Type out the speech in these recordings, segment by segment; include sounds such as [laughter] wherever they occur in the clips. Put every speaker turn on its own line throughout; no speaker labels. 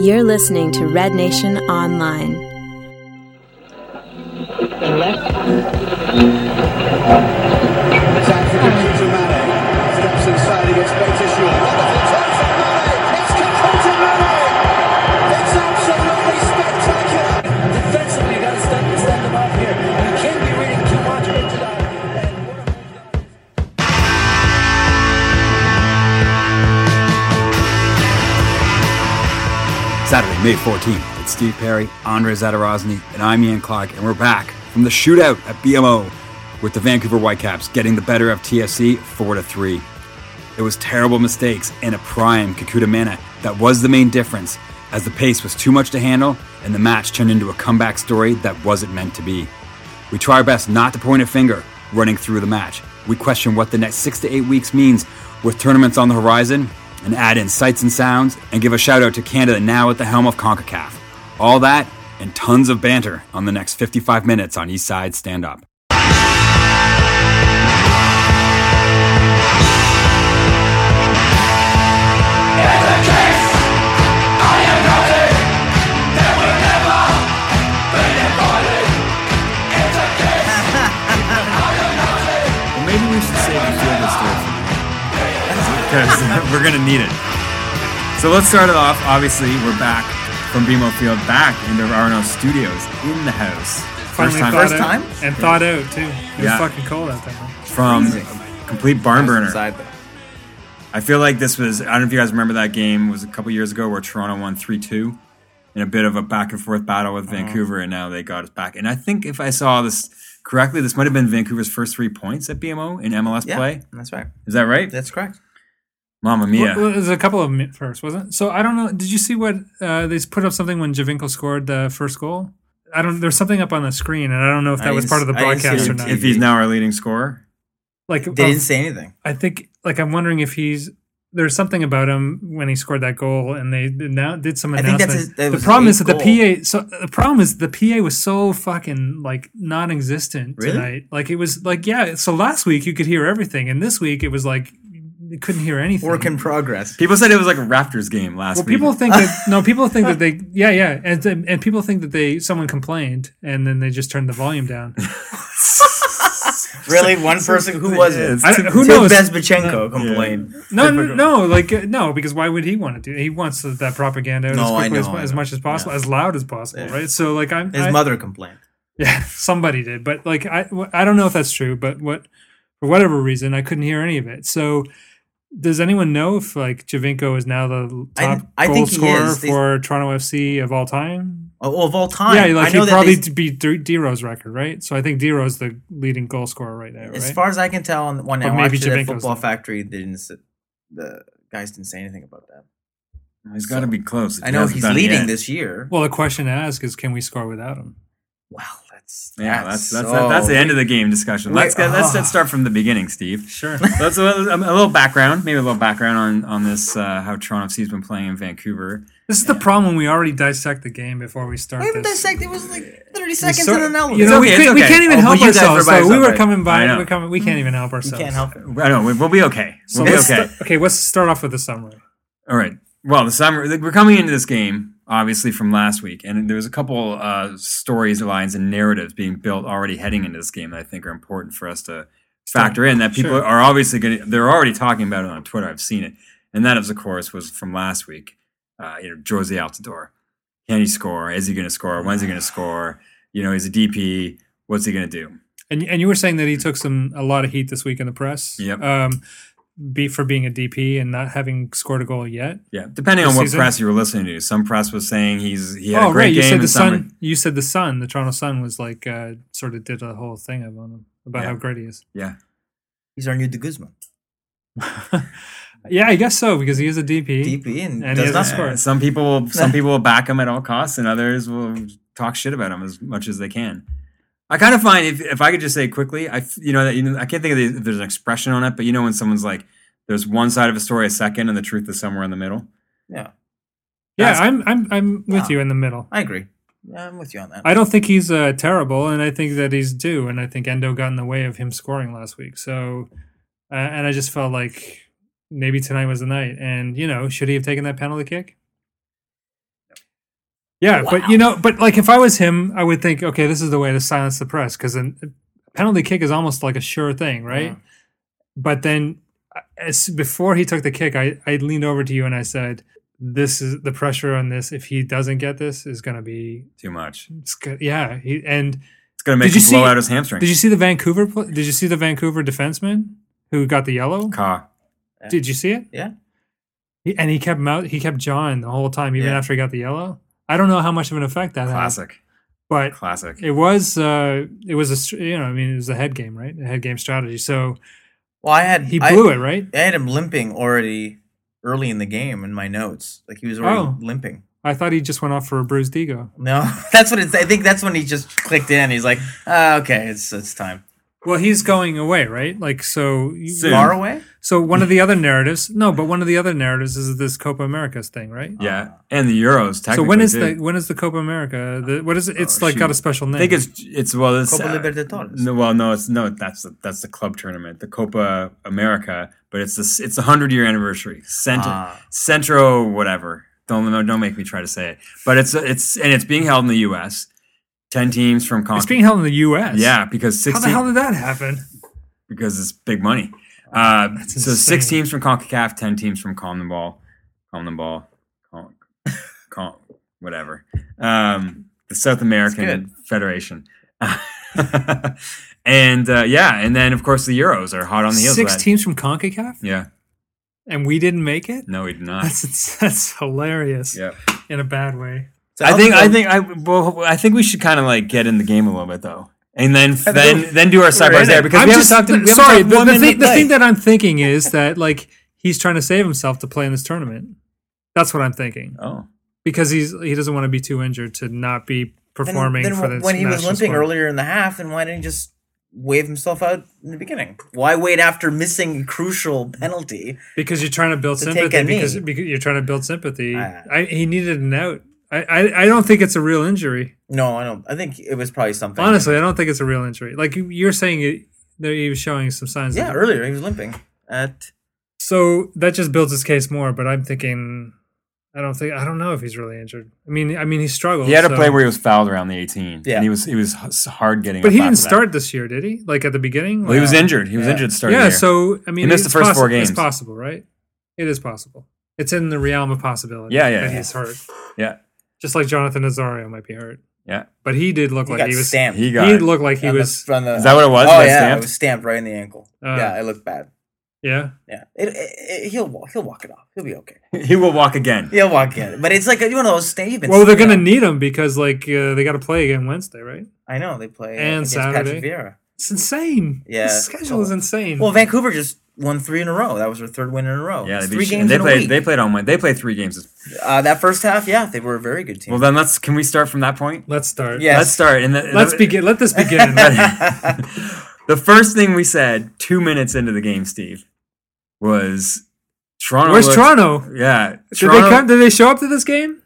You're listening to Red Nation Online.
Time for Kikuchi Mane. Steps inside against Betis Yul. Wonderful touch from Mane. It's Kikuchi Mane. It's absolutely spectacular. Defensively, you got to step, step them up here. And you can't be reading too much into that. And what a-
Saturday, May 14th. It's Steve Perry, Andre Zadarozny, and I'm Ian Clark, and we're back from the shootout at BMO with the Vancouver Whitecaps getting the better of TFC 4 to 3. It was terrible mistakes and a prime Kakuta Mana that was the main difference, as the pace was too much to handle and the match turned into a comeback story that wasn't meant to be. We try our best not to point a finger running through the match. We question what the next six to eight weeks means with tournaments on the horizon and add in sights and sounds and give a shout out to Canada now at the helm of CONCACAF. All that and tons of banter on the next 55 minutes on East Side Stand Up.
Well, maybe we should save the field this story for because [laughs] we're gonna need it. So let's start it off. Obviously, we're back from BMO Field, back into Arno Studios in the house.
Finally thawed
first
out.
time
And thawed out too. It
Yeah.
was fucking cold out there.
from
Freezing.
a complete barn burner.
Inside though.
I feel like this was. I don't know if you guys remember that game. It was a couple years ago where Toronto won three two in a bit of a back and forth battle with
Uh-huh.
Vancouver, and now they got us back. And I think if I saw this correctly, this might have been Vancouver's first three points at BMO in MLS
Yeah,
play.
that's right.
Is that right?
That's correct.
Mamma
Yeah.
mia.
There's a couple of them at first, wasn't it? So I don't know. Did you see what uh, they put up something when Javinko scored the first goal? I don't. There's something up on the screen, and I don't know if
I
that was
didn't
part of the
s- I didn't see
broadcast
it
or
on
not.
if he's now our leading scorer.
like,
They
um,
didn't say anything.
I think, like, I'm wondering if he's there's something about him when he scored that goal, and they did now did some
I think
announcement.
that's his- that
the
was
problem is
his
that
goal.
the PA. So the problem is the PA was so fucking like non-existent
Really?
tonight. Like it was like yeah. So last week you could hear everything, and this week it was like you couldn't hear anything.
Work in progress.
People said it was like a Raptors game last
Well,
week.
people think that
[laughs]
no, people think that they yeah yeah, and th- and people think that they someone complained and then they just turned the volume down.
Really, one person who was it?
It's
I,
too-
who
Till
knows?
Bezbachenko complained.
No, no, no, like uh, no, because why would he want to do? He wants th- that propaganda out
No,
as
I
quickly
know,
as,
I
as
know.
much as possible, as loud as possible,
Yeah.
right? So like I'm
His
I-
mother complained.
yeah, [laughs] somebody did, but like I, wh- I don't know if that's true, but what for whatever reason I couldn't hear any of it. So does anyone know if like Javinko is now the
I-
top
I
goal
think he
scorer
is. They-
for Toronto FC of all time?
Oh, well, of all time.
Yeah, like
I know
he'd
that
probably
they-
beat D- D-Row's record, right? So I think D-Row's the leading goal scorer right now,
as
right?
far as I can tell, on one
But
I
maybe
watched it at
Javinko's
Football
not.
Factory, they didn't. s- The guys didn't say anything about that.
he's got to be close. if
I
he
know
hasn't
he's
done it
leading
yet.
this year.
well, the question to ask is, can we score without him?
Wow, that's
Yeah, that's that's,
so-
that's the end of the game discussion. Let's get let's, let's start from the beginning, Steve.
Sure.
[laughs] Let's a little, a little background, maybe a little background on on this uh, how Toronto FC's been playing in Vancouver.
this is the problem when we already dissect the game before we start.
We haven't
this.
dissected. It was like thirty
We
seconds
sort-
in an hour.
You know, we,
okay,
could-
it's
we
okay.
can't even
Oh,
help
but you guys
ourselves.
were by
So we were
yourself,
coming
I
by.
know.
We're coming, we can't even help
you
ourselves.
can't help it.
I don't know. We'll be okay.
So
we'll be
let's
okay.
sta- okay, let's start off with a summary.
All right. Well, the summer like, we're coming into this game obviously from last week, and there was a couple uh, stories, lines, and narratives being built already heading into this game that I think are important for us to factor in. That people
Sure.
are obviously going to they're already talking about it on Twitter. I've seen it, and that is of course was from last week. Uh, you know, Jose Altidore. Can he score? Is he going to score? When's he
[sighs]
going to score? You know, he's a DP. What's he going to do?
And and you were saying that he took some a lot of heat this week in the press.
Yep.
Um, be for being a DP and not having scored a goal yet.
Yeah, depending on
This
what
season?
press you were listening to. Some press was saying he's he had
oh,
a great
right. You
game.
said the
and some were-
Sun. You said the Sun. The Toronto Sun was like uh, sort of did a whole thing of on him about
Yeah.
how great he is.
Yeah,
He's our new De Guzman,
yeah, I guess so because he is a DP.
DP, and,
And he hasn't
does not
scored.
score.
course.
Some people will
[laughs]
some people will back him at all costs, and others will talk shit about him as much as they can. I kind of find if, if I could just say quickly, I f- you know that you know, I can't think of the, if there's an expression on it, but you know when someone's like, there's one side of a story a second, and the truth is somewhere in the middle.
Yeah,
Yeah,
That's-
I'm I'm I'm with
Yeah.
you in the middle.
I agree. Yeah, I'm with you on that.
I don't think he's uh, terrible, and I think that he's due, and I think Endo got in the way of him scoring last week. So, uh, and I just felt like maybe tonight was the night, and you know, should he have taken that penalty kick? Yeah, but you know, but like if I was him, I would think, okay, this is the way to silence the press because a penalty kick is almost like a sure thing, right? But then, uh, as before he took the kick, I I leaned over to you and I said, "This is the pressure on this. If he doesn't get this, is going to be,
Too much.
it's go- yeah." He and
It's gonna make
Did you
him blow
see-
out his hamstring.
did you see the Vancouver? pl- Did you see the Vancouver defenseman who got the yellow?
Ka.
Did you see it?
Yeah.
He- And he kept mouth, he kept jawing the whole time, even
Yeah.
after he got the yellow. I don't know how much of an effect that
Classic.
had, but
Classic.
it was uh, it was a str- you know I mean it was a head game right, a head game strategy. So
Well, I had
he
I-
blew it right.
I had him limping already early in the game in my notes. Like he was already
Oh.
limping.
I thought he just went off for a bruised ego.
No, [laughs] that's what it's. I think that's when he just clicked in. He's like, ah, okay, it's it's time.
Well, he's going away, right? Like so. you-
Soon.
Far away.
So one of the other narratives, no, but one of the other narratives is this Copa Americas thing, right?
Yeah, and the Euros. Technically,
Ah. So when is
too.
the when is the Copa America? The, what is it? It's
Oh,
like got
shoot.
a special name.
I think it's it's well it's
Copa
uh,
Libertadores.
No, well, no, it's no. That's the that's the club tournament, the Copa America. But it's this it's a hundred year anniversary. Cent-
Ah.
Centro whatever. Don't no, don't make me try to say it. But it's it's and it's being held in the U.S. Ten teams from Conca.
It's being held in the U.S.
yeah, because
How the
sixteen
hell did that happen?
because it's big money. Uh, so six
insane.
teams from Concacaf, ten teams from Commonwealth, Commonwealth, Con, Con, whatever. Um, the South American
good.
Federation, [laughs] and uh, yeah, and then of course the Euros are hot on the heels.
Six
of that.
teams from Concacaf,
Yeah,
and we didn't make it.
no, we did not.
That's it's, that's hilarious
yeah,
in a bad way.
So
I
I'll
think
go-
I think I well, I think we should kind of like get in the game a little bit though. And then, then, then do our side by
in
side
it.
because we haven't talked. we haven't
sorry,
talked
the,
one
the,
minute
thing,
of
the
play.
thing that I'm thinking is that like he's trying to save himself to play in this tournament. That's what I'm thinking
oh,
because he's he doesn't want to be too injured to not be
then-
performing
then
for this.
when he was
national
limping
squad.
earlier in the half, then why didn't he just wave himself out in the beginning? Why wait after missing crucial penalty?
because you're trying to build
to take
sympathy
a knee.
because, because you're trying to build sympathy.
Ah.
I, he needed an out. I, I I don't think it's a real injury.
No, I don't. I think it was probably something.
Honestly, I don't think it's a real injury. Like you- you're saying, it, that he was showing some signs.
yeah,
of
earlier he was limping. At
So that just builds his case more, but I'm thinking I don't think I don't know if he's really injured. I mean I mean he struggled.
he had a
so-
play where he was fouled around the 18.
Yeah.
and he was he was h- hard getting.
But
up
he
after
didn't
that.
start this year, did he? Like at the beginning?
Well, he was
Like-
injured. He was
Yeah.
injured to start.
Yeah,
the year.
so I mean
He missed
it's
the first
possi-
four games.
It's possible, right? It is possible. It's in the realm of possibility.
Yeah, yeah,
That
yeah.
he's hurt.
yeah,
Just like Jonathan Azario might be hurt.
yeah.
But he did look
he
like
got
he was
stamped.
He got.
he looked like he
on the-
was
on the-
Is that what it was?
Oh
It got
yeah,
stamped? Uh.
it was stamped right in the ankle.
Ah.
yeah, it looked bad.
yeah.
Yeah, it, it, it- he'll wa- he'll walk it off. He'll be okay.
he will walk again.
He'll walk it. But it's like one of those statements.
Well, they're going to need him because like uh, they got to play again Wednesday, right?
I know they play uh,
And
against
Saturday.
Patrick Vieira.
It's insane. The
Yeah.
schedule is insane.
Well, Vancouver just won three in a row. That was their third win in a row.
Yeah,
It's
they,
three
beat,
games
they
in
played.
a week.
They played on. Wed- They played three games.
uh, that first half, yeah, they were a very good team.
Well, then let's. Can we start from that point?
Let's start.
Yes.
Let's start. And the,
Let's
the-
begin. Let this
[laughs]
begin.
the first thing we said two minutes into the game, Steve, was Toronto.
Where's
looked-
Toronto?
Yeah,
Did they come? Did they show up to this game?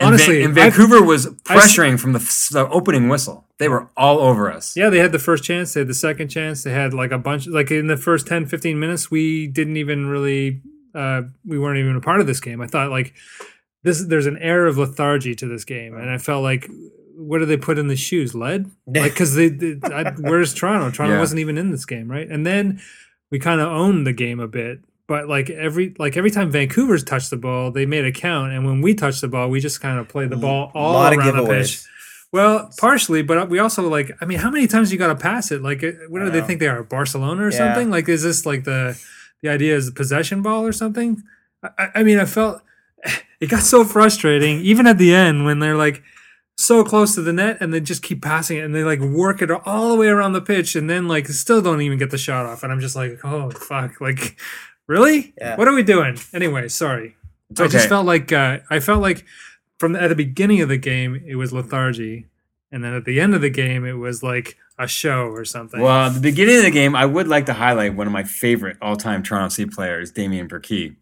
and Van-
Honestly,
and
I-
Vancouver was
I've s-
pressuring from the, f- the opening whistle. They were all over us.
Yeah, they had the first chance. They had the second chance. They had like a bunch. Like in the first 10, 15 minutes, we didn't even really. Uh, we weren't even a part of this game. I thought like this. There's an air of lethargy to this game, and I felt like, what do they put in the shoes? Lead? Like because they, they I, where's Toronto? Toronto
Yeah.
wasn't even in this game, right? And then we kind of owned the game a bit. But like every like every time Vancouver's touched the ball, they made a count, and when we touched the ball, we just kind of played the ball all
lot of
around the
giveaways.
pitch. Well, partially, but we also like. I mean, how many times you got to pass it? Like, uh, what do they
know.
think they are? Barcelona or
Yeah.
something? Like, is this like the the idea is possession ball or something? I- I, I mean, I felt [sighs] it got so frustrating, even at the end when they're like so close to the net and they just keep passing it and they like work it all the way around the pitch and then like still don't even get the shot off. And I'm just like, oh fuck, like [laughs] really?
Yeah.
What are we doing? Anyway, sorry. I just
okay.
felt like uh, I felt like from the, at the beginning of the game it was lethargy, and then at the end of the game it was like a show or something.
Well, at the beginning of the game, I would like to highlight one of my favorite all-time Toronto Sea players, Damian Burkey,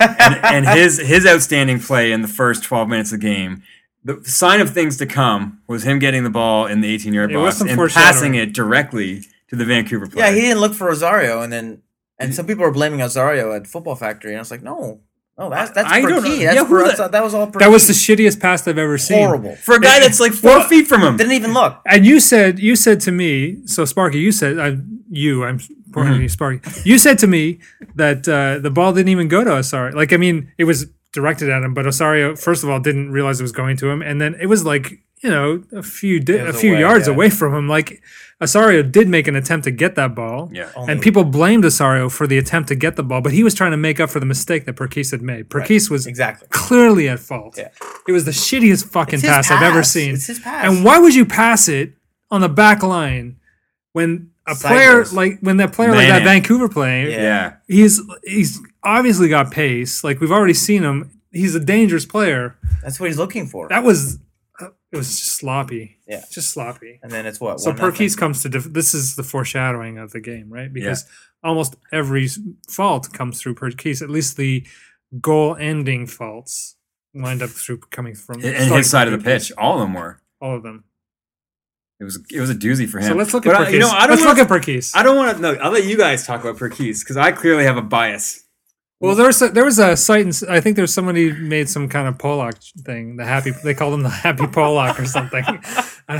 and, and his his outstanding play in the first 12 minutes of the game. The sign of things to come was him getting the ball in the 18-yard
It was
box
some
and
foreshadowing.
passing it directly to the Vancouver player.
yeah, he didn't look for Rosario, and then and some people were blaming Rosario at Football Factory, and I was like, no, Oh, that's that's
I
per
don't know.
key. That's
Yeah, who
per,
the-
that's- that was all per
That was
key.
the shittiest pass I've ever seen.
horrible.
for a guy that's like four
Well,
feet from him.
Didn't even look.
And you said you said to me, so Sparky, you said I, you, I'm pointing
Mm-hmm.
at you, Sparky. You said to me that uh, the ball didn't even go to Osario. Like, I mean, it was directed at him, but Osario, first of all, didn't realize it was going to him, and then it was like you know a few di-
It
a
was
few
away,
yards
yeah.
away from him. Like Osario did make an attempt to get that ball,
Yeah.
and people blamed Osario for the attempt to get the ball, but he was trying to make up for the mistake that Perkis had made. Perkis was
Exactly.
clearly at fault.
Yeah.
It was the shittiest fucking
It's his
pass, I've ever
pass.
seen.
It's his pass.
And why would you pass it on the back line when a player
Sideways.
like when that player
Man.
like that Vancouver player,
Yeah.
yeah.
he's he's obviously got pace. Like we've already seen him. He's a dangerous player.
That's what he's looking for.
That was uh, it was just sloppy.
Yeah.
Just sloppy.
and then it's what?
So
one nothing.
Perkins comes to def- this is the foreshadowing of the game, right? Because almost every s- fault comes through Perkis. At least the goal-ending faults wind up through coming from
And
starting
his side of the
from Perkis.
pitch, all of them were.
All of them.
It was it was a doozy for him.
So let's look
But
at
I-
Perkis.
you know, I don't
let's
wanna-
look at Perkis.
I don't want to. No, I'll let you guys talk about Perkis because I clearly have a bias.
Well, there was a, there was a site, and I think there's somebody made some kind of Pollock thing. The happy they called him
[laughs]
the happy Pollock or something. And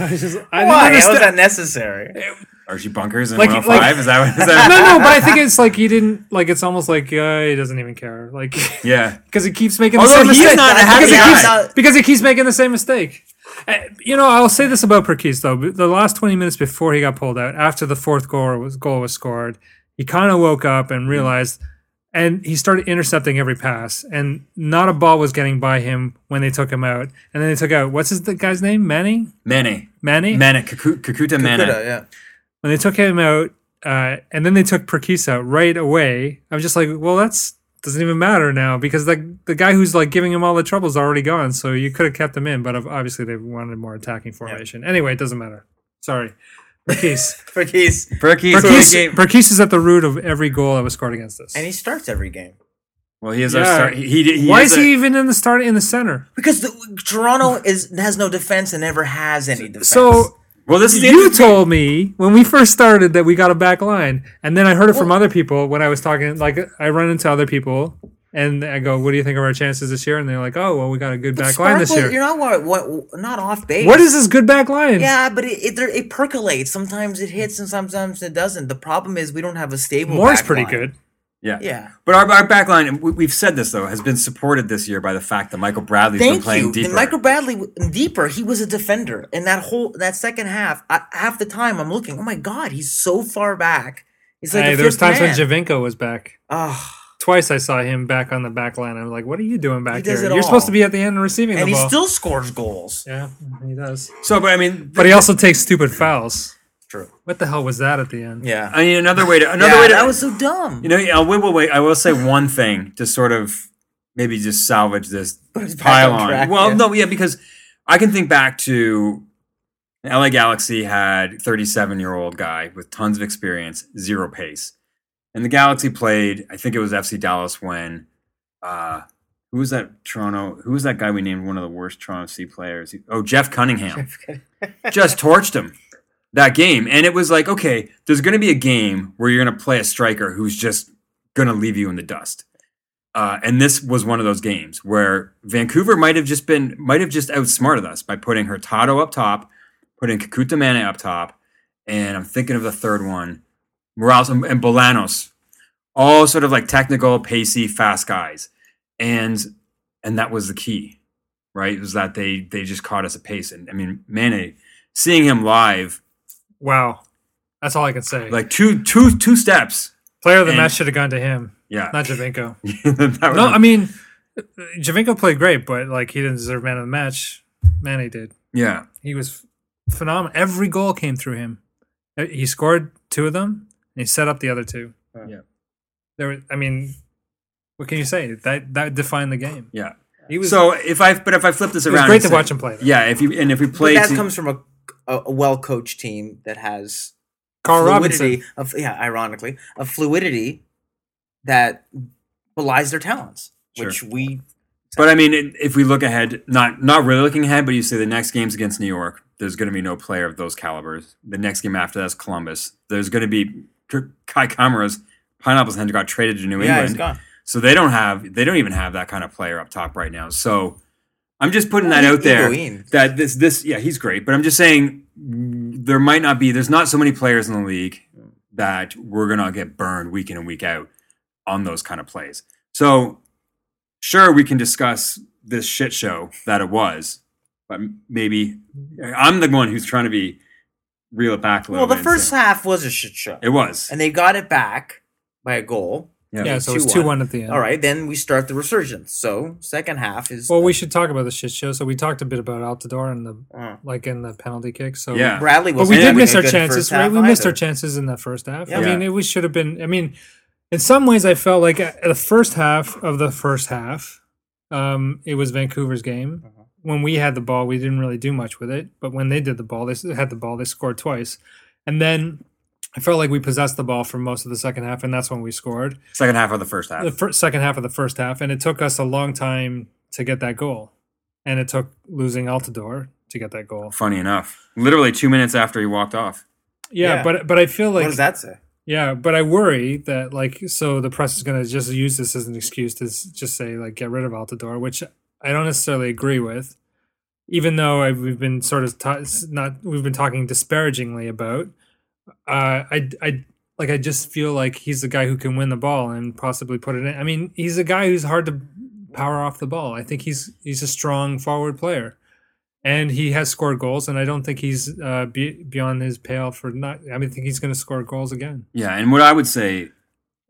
I was just I
Why?
didn't
How is
understand.
that necessary?
Archie Bunkers and
Like-
105.
like-
is that what is [laughs]
No,
that?
no, but I think it's like he didn't like. It's almost like uh, he doesn't even care, like
yeah.
because he keeps making
Although
the same
Oh, he's
mistake.
not a happy
because, he keeps,
guy.
because he keeps making the same mistake. Uh, You know, I'll say this about Perkis though: but the last 20 minutes before he got pulled out, after the fourth goal was goal was scored, he kind of woke up and realized, and he started intercepting every pass, and not a ball was getting by him when they took him out. And then they took out what's his the guy's name? Manny.
Mane.
Manny.
Mane. Kaku- Kakuta Mane.
Coulda, uh, yeah.
when they took him out, uh, and then they took Perkis out right away. I was just like, well, that's doesn't even matter now because the the guy who's like giving him all the trouble is already gone. So you could have kept him in, but ob- obviously they wanted more attacking formation. Anyway, it doesn't matter. Sorry, Perkis.
For keys.
Perkis.
Perkis, Perkis is at the root of every goal that was scored against us.
And he starts every game.
Well, he is our
Yeah.
star. He, he, he
Why is
a-
he even in the start in the center?
Because the, Toronto is has no defense and never has any defense.
So
Well, this is the
you
interesting-
told me when we first started that we got a back line, and then I heard it from other people when I was talking. Like I run into other people, and I go, "What do you think of our chances this year?" And they're like, "Oh, well, we got a good back line this
Sparkle,
year."
You're not what, what, not off base.
What is this good back line?
Yeah, but it it, there, it percolates. Sometimes it hits and sometimes it doesn't. The problem is we don't have a stable.
Moore's
back
pretty
line.
good.
Yeah.
Yeah.
But our, our back line, and we, we've said this though, has been supported this year by the fact that Michael Bradley's been
Thank
playing
you.
deeper.
And Michael Bradley w- deeper. He was a defender, and that whole that second half, I, half the time I'm looking. Oh my god, he's so far back. He's like
hey,
a
there was
fifth
times
man.
when Javinko was back.
Ugh.
Twice I saw him back on the back line. I'm like, "What are you doing back
does
here?
it
You're supposed
all.
to be at the end and receiving
and
the
he
ball."
still scores goals.
yeah, he does.
so, but I mean,
But he also takes stupid fouls.
True.
What the hell was that at the end?
Yeah.
I mean, another way to another
yeah,
way to
that was so dumb.
You know, yeah, wait, wait, wait. I will say one thing to sort of maybe just salvage this
it's back
pile
on
on.
track,
well,
yeah.
no, yeah, because I can think back to LA Galaxy had 37 year old guy with tons of experience, zero pace. And the Galaxy played, I think it was FC Dallas when uh who was that Toronto? Who was that guy we named one of the worst Toronto C players? Oh, Jeff Cunningham. Just torched him that game. And it was like, okay, there's going to be a game where you're going to play a striker who's just going to leave you in the dust. Uh, and this was one of those games where Vancouver might have just been, might have just outsmarted us by putting Hurtado up top, putting Kakuta Mane up top, and I'm thinking of the third one, Morales and, and Bolanos, all sort of like technical, pacey, fast guys. And and that was the key, right? Was that they they just caught us at pace. And I mean, Mane, seeing him live
Wow, that's all I can say.
like two two two steps.
Player of the
and-
match should have gone to him,
Yeah,
not Javinko.
[laughs] That was-
No, I mean, Javinko played great, but like he didn't deserve man of the match. Manny did.
yeah,
He was phenomenal. Every goal came through him. Uh, He scored two of them, and he set up the other two.
Yeah.
There, were, I mean, what can you say? That that defined the game.
yeah.
He was
so if I but if I flip this
It was
around,
great
and
to
say-
watch him play, though.
Yeah, if you and if we
But
play,
that
to-
comes from a a, a well coached team that has
Carl Robinson.
fluidity of yeah, ironically, a fluidity that belies their talents, which we
but I mean, it- if we look ahead, not not really looking ahead, but you say the next game's against New York. There's going to be no player of those calibers. The next game after that's Columbus. There's going to be K- Kai Kamara's pineapples hand got traded to New
yeah, he's
England.
gone.
So they don't have they don't even have that kind of player up top right now. So I'm just putting that out there
Higuain.
that this this yeah he's great, but I'm just saying mm, there might not be there's not so many players in the league that we're gonna get burned week in and week out on those kind of plays. So sure we can discuss this shit show that it was, but maybe I'm the one who's trying to be reel it back a little.
Well, the
bit and
first
say-
half was a shit show,
it was
and they got it back by a goal.
Yeah, so it's 2 1 at the end.
All right, then we start the resurgence. So second half is
Well, we should talk about the shit show. So we talked a bit about Altidore and the
Uh-huh.
Uh.
like in the penalty kick. So
Yeah.
Bradley
but
was.
we
Yeah,
did
we
miss our chances. Right? We missed our chances in the first half. I
Yeah.
mean, it was, should have been. I mean, in some ways, I felt like uh, the first half of the first half, um, it was Vancouver's game. When we had the ball, we didn't really do much with it. But when they did the ball, they s- had the ball. They scored twice, and then I felt like we possessed the ball for most of the second half, and that's when we scored
second half of the first half.
the first, second half of the first half, and it took us a long time to get that goal, and it took losing Altidore to get that goal.
Funny enough, literally two minutes after he walked off.
Yeah,
Yeah.
but but I feel
What
like
does that say?
yeah, but I worry that like so the press is going to just use this as an excuse to s- just say like get rid of Altidore, which I don't necessarily agree with, even though I, we've been sort of ta- s- not we've been talking disparagingly about. Uh, I I like I just feel like he's the guy who can win the ball and possibly put it in. I mean, he's a guy who's hard to power off the ball. I think he's he's a strong forward player. And he has scored goals, and I don't think he's uh, be- beyond his pale for not. I mean, I think he's going to score goals again.
Yeah, and what I would say,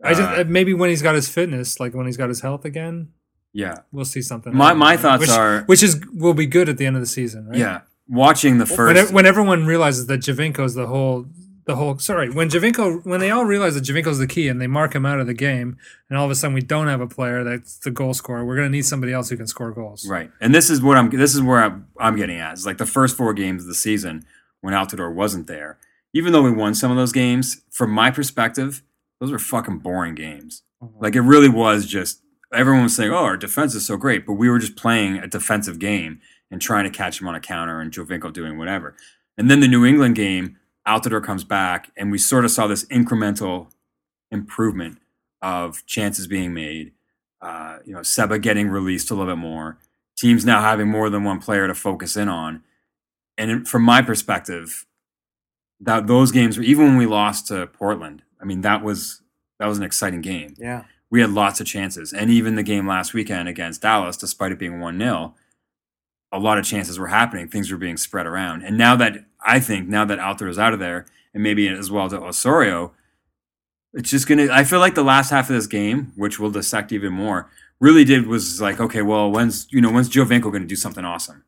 I just
Uh,
uh, maybe when he's got his fitness, like when he's got his health again,
yeah,
we'll see something.
My-
I don't
my
know.
thoughts
Which-
are-
which is will be good at the end of the season, right?
yeah, watching the
When,
first.
when everyone realizes that Javinko's the whole, the whole. Sorry, when Javinko, when they all realize that Javinko's the key and they mark him out of the game, and all of a sudden we don't have a player that's the goal scorer. We're going to need somebody else who can score goals.
Right. And this is what I'm this is where I'm, I'm getting at. It's like the first four games of the season when Altidore wasn't there. Even though we won some of those games, from my perspective, those were fucking boring games. Like it really was just everyone was saying, "Oh, our defense is so great," but we were just playing a defensive game and trying to catch him on a counter and Jovinko doing whatever. And then the New England game, Altidore comes back and we sort of saw this incremental improvement of chances being made. Uh, you know, Seba getting released a little bit more teams now having more than one player to focus in on. And in- from my perspective, that those games were even when we lost to Portland. I mean, that was that was an exciting game.
Yeah.
We had lots of chances, and even the game last weekend against Dallas, despite it being one 0 a lot of chances were happening. Things were being spread around. And now that I think now that Altair's out of there, and maybe as well to Osorio, it's just gonna. I feel like the last half of this game, which we'll dissect even more, really did was like, okay, well, when's you know when's Jovinko gonna do something awesome?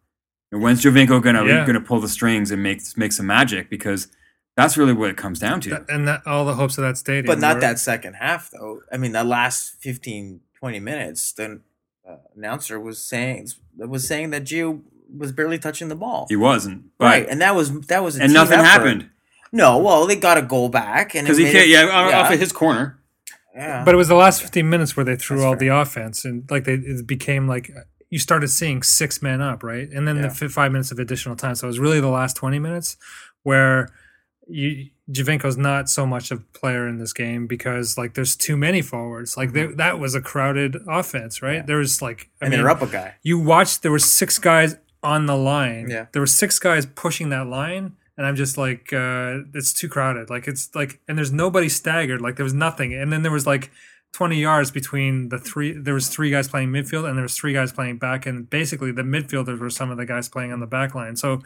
And when's Jovinko gonna
Yeah.
gonna pull the strings and make make some magic? Because that's really what it comes down to.
That- and that, all the hopes of that stadium,
But not
were-
that second half, though. I mean, the last 15, 20 minutes, the uh, announcer was saying was saying that Gio was barely touching the ball.
he wasn't, but,
right, and that was that was a
and
team
nothing
effort.
happened
No, well, they got a goal back, and it
because he
made
can't.
it-
Yeah, off of his corner.
yeah.
But it was the last 15 minutes where they threw all the offense and like they it became like you started seeing six men up, right? And then the the five minutes of additional time. So it was really the last 20 minutes where you Javinko's not so much a player in this game because like there's too many forwards. Like they, that was a crowded offense, right? There was like I
I mean,
mean,
they're up a guy.
you watched there were six guys on the line.
Yeah.
There were six guys pushing that line. And I'm just like, uh, it's too crowded. Like it's like and there's nobody staggered. Like there was nothing. And then there was like 20 yards between the three there was three guys playing midfield and there was three guys playing back and basically the midfielders were some of the guys playing on the back line so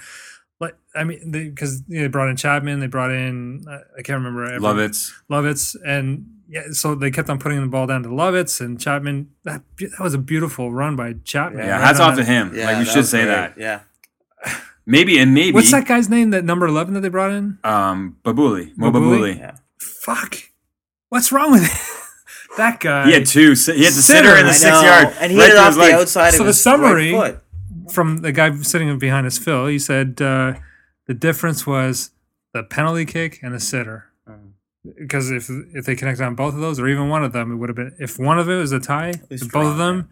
like i mean because they, brought in chapman they brought in i, I can't remember everyone-
Lovitz,
Lovitz and yeah, so they kept on putting the ball down to Lovitz and Chapman. That be- that was a beautiful run by Chapman.
yeah,
right
hats
on
off
that-
to him.
Yeah,
like we
that
should
was
say
great.
that.
Yeah,
Maybe and maybe
What's that guy's name? That number eleven that they brought in?
Um, Babuli, Mo
Babuli?
Babuli.
yeah.
Fuck! What's wrong with [laughs] that guy?
He had two. He had the
Sitter.
sitter in
I
the
I
six
know,
yard,
and he
right
hit it
to
off
his
the
leg.
outside.
So
of
the
his
summary-
right foot.
from the guy sitting behind us, Phil. He said uh, the difference was the penalty kick and the sitter. Because if if they connect on both of those or even one of them, it would have been if one of it was a tie,
least
if both of
draw, yeah.
them,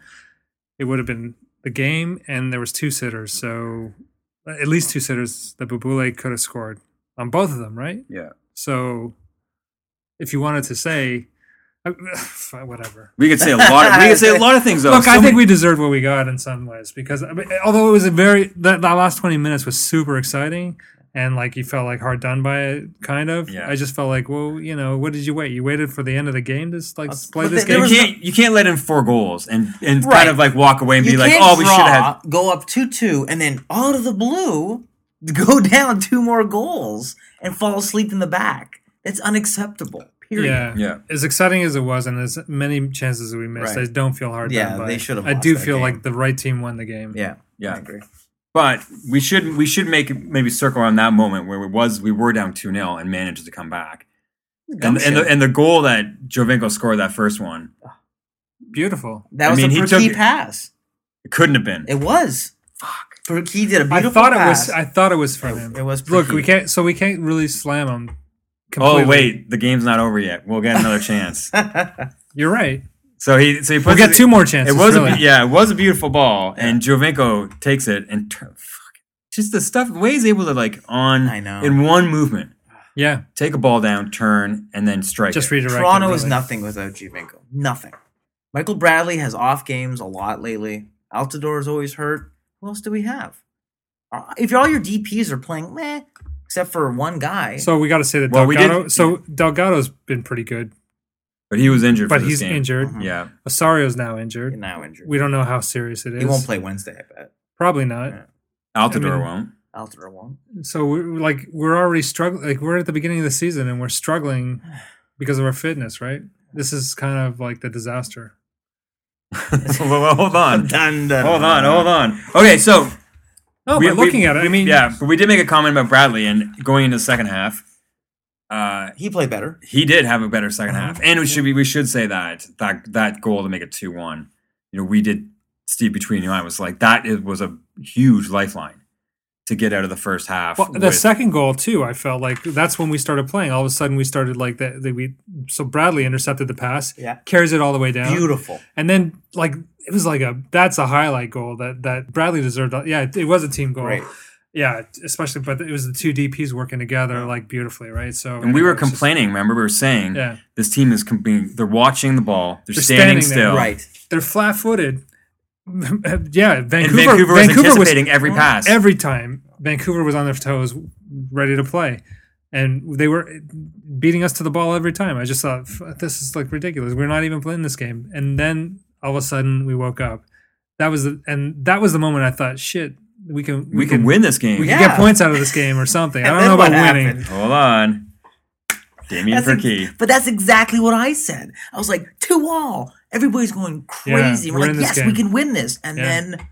it would have been the game. And there was two sitters, so at least two sitters that Babule could have scored on both of them, right?
Yeah.
So if you wanted to say [sighs] I- whatever.
We could say a lot. Of, we could say a lot of things. Though.
Look,
So
I think
many-
we deserved what we got in some ways because I mean, although it was a very that, that last twenty minutes was super exciting and like you felt like hard done by it, kind of.
Yeah.
I just felt like, well, you know, what did you wait? You waited for the end of the game to like
But
play this
there
game.
was
you can't you can't let in four goals and and
Right.
kind of like walk away and be
You
like,
can't
oh, we should
draw,
have.
go up two two, and then out of the blue, [laughs] go down two more goals and fall asleep in the back. That's unacceptable. Period.
yeah.
Yeah.
As exciting as it was, and as many chances as we missed,
Right.
I don't feel hard
Yeah,
done by.
they
it.
should have
I
lost
do
that
feel
game.
like the right team won the game.
yeah,
Yeah.
I agree.
But we should we should make maybe circle on that moment where it was we were down two 0 and managed to come back. And, and the and the goal that Jovinko scored that first one
Beautiful.
I
that was
mean, he
a
took
key
it-
pass.
it couldn't have been.
It was. Fuck. Perkey did a beautiful
I thought
pass.
it was. I thought it was for him.
it was
Look,
pretty.
we can't. So we can't really slam him.
oh
Completely.
wait, the game's not over yet. We'll get another
[laughs]
chance.
you're right.
So he so he puts
We'll get
it-
two more chances.
It was a,
really.
be- yeah, it was a beautiful ball, and Jovinko takes it and tur- fuck, just the stuff. The way he's able to like on
I know.
in one movement,
yeah.
take a ball down, turn, and then strike.
Just
it.
redirect.
Toronto is
really.
nothing without Giovinco. Nothing. Michael Bradley has off games a lot lately. Altidore is always hurt. Who else do we have? Uh, If all your DPS are playing, meh, except for one guy.
So we got to say that
Well, we
Delgado.
did-
so Delgado's been pretty good,
but he was injured. for Uh-huh.
but
this
he's
game.
injured.
Yeah,
Osario's now injured.
now injured.
We don't know how serious it is.
he won't play Wednesday, I bet.
Probably not.
Yeah.
Altidore
I mean-
won't.
[laughs]
[laughs]
Altidore won't.
So we're like we're already struggling. Like we're at the beginning of the season and we're struggling because of our fitness. Right. This is kind of like the disaster.
well, well, hold
[laughs]
on,
[laughs] Dun, dun,
hold on,
dun.
hold on. Okay, so
Oh,
We-
but
we-
looking at it, I mean,
yeah, but we did make a comment about Bradley and going into the second half. Uh,
He played better.
he did have a better 2nd
Uh-huh.
half, and we should be we should say that that that goal to make it two one. You know, we did Steve between you and I was like that is, was a huge lifeline to get out of the first half.
Well, the
with-
second goal too. I felt like that's when we started playing. All of a sudden, we started like that. that We so Bradley intercepted the pass,
Yeah.
carries it all the way down,
Beautiful.
and then like it was like a that's a highlight goal that that Bradley deserved. Yeah, it, it was a team goal.
Right.
Yeah, especially but it was the two DPS working together like beautifully, right? So
and we were
it's just-
complaining. remember, we were saying
Yeah.
this team is com- being, they're watching the ball, they're,
They're
standing,
standing there.
still.
Right.
They're flat footed. [laughs] yeah, Vancouver.
And Vancouver, was
Vancouver
anticipating every pass.
every time Vancouver was on their toes, ready to play, and they were beating us to the ball every time. I just thought "F- this is like ridiculous. We're not even playing this game, and then all of a sudden we woke up. That was the, and that was the moment I thought, shit, we can
we, can, win this game.
we
Yeah.
can get points out of this game or something. I
And
don't
then
know about
what happened?
winning.
Hold on. Damien
That's ex-
Perkey.
but that's exactly what I said. I was like, two all. Everybody's going crazy.
we're
We're,
in
like,
this
yes,
game."
we can win this. And
Yeah.
then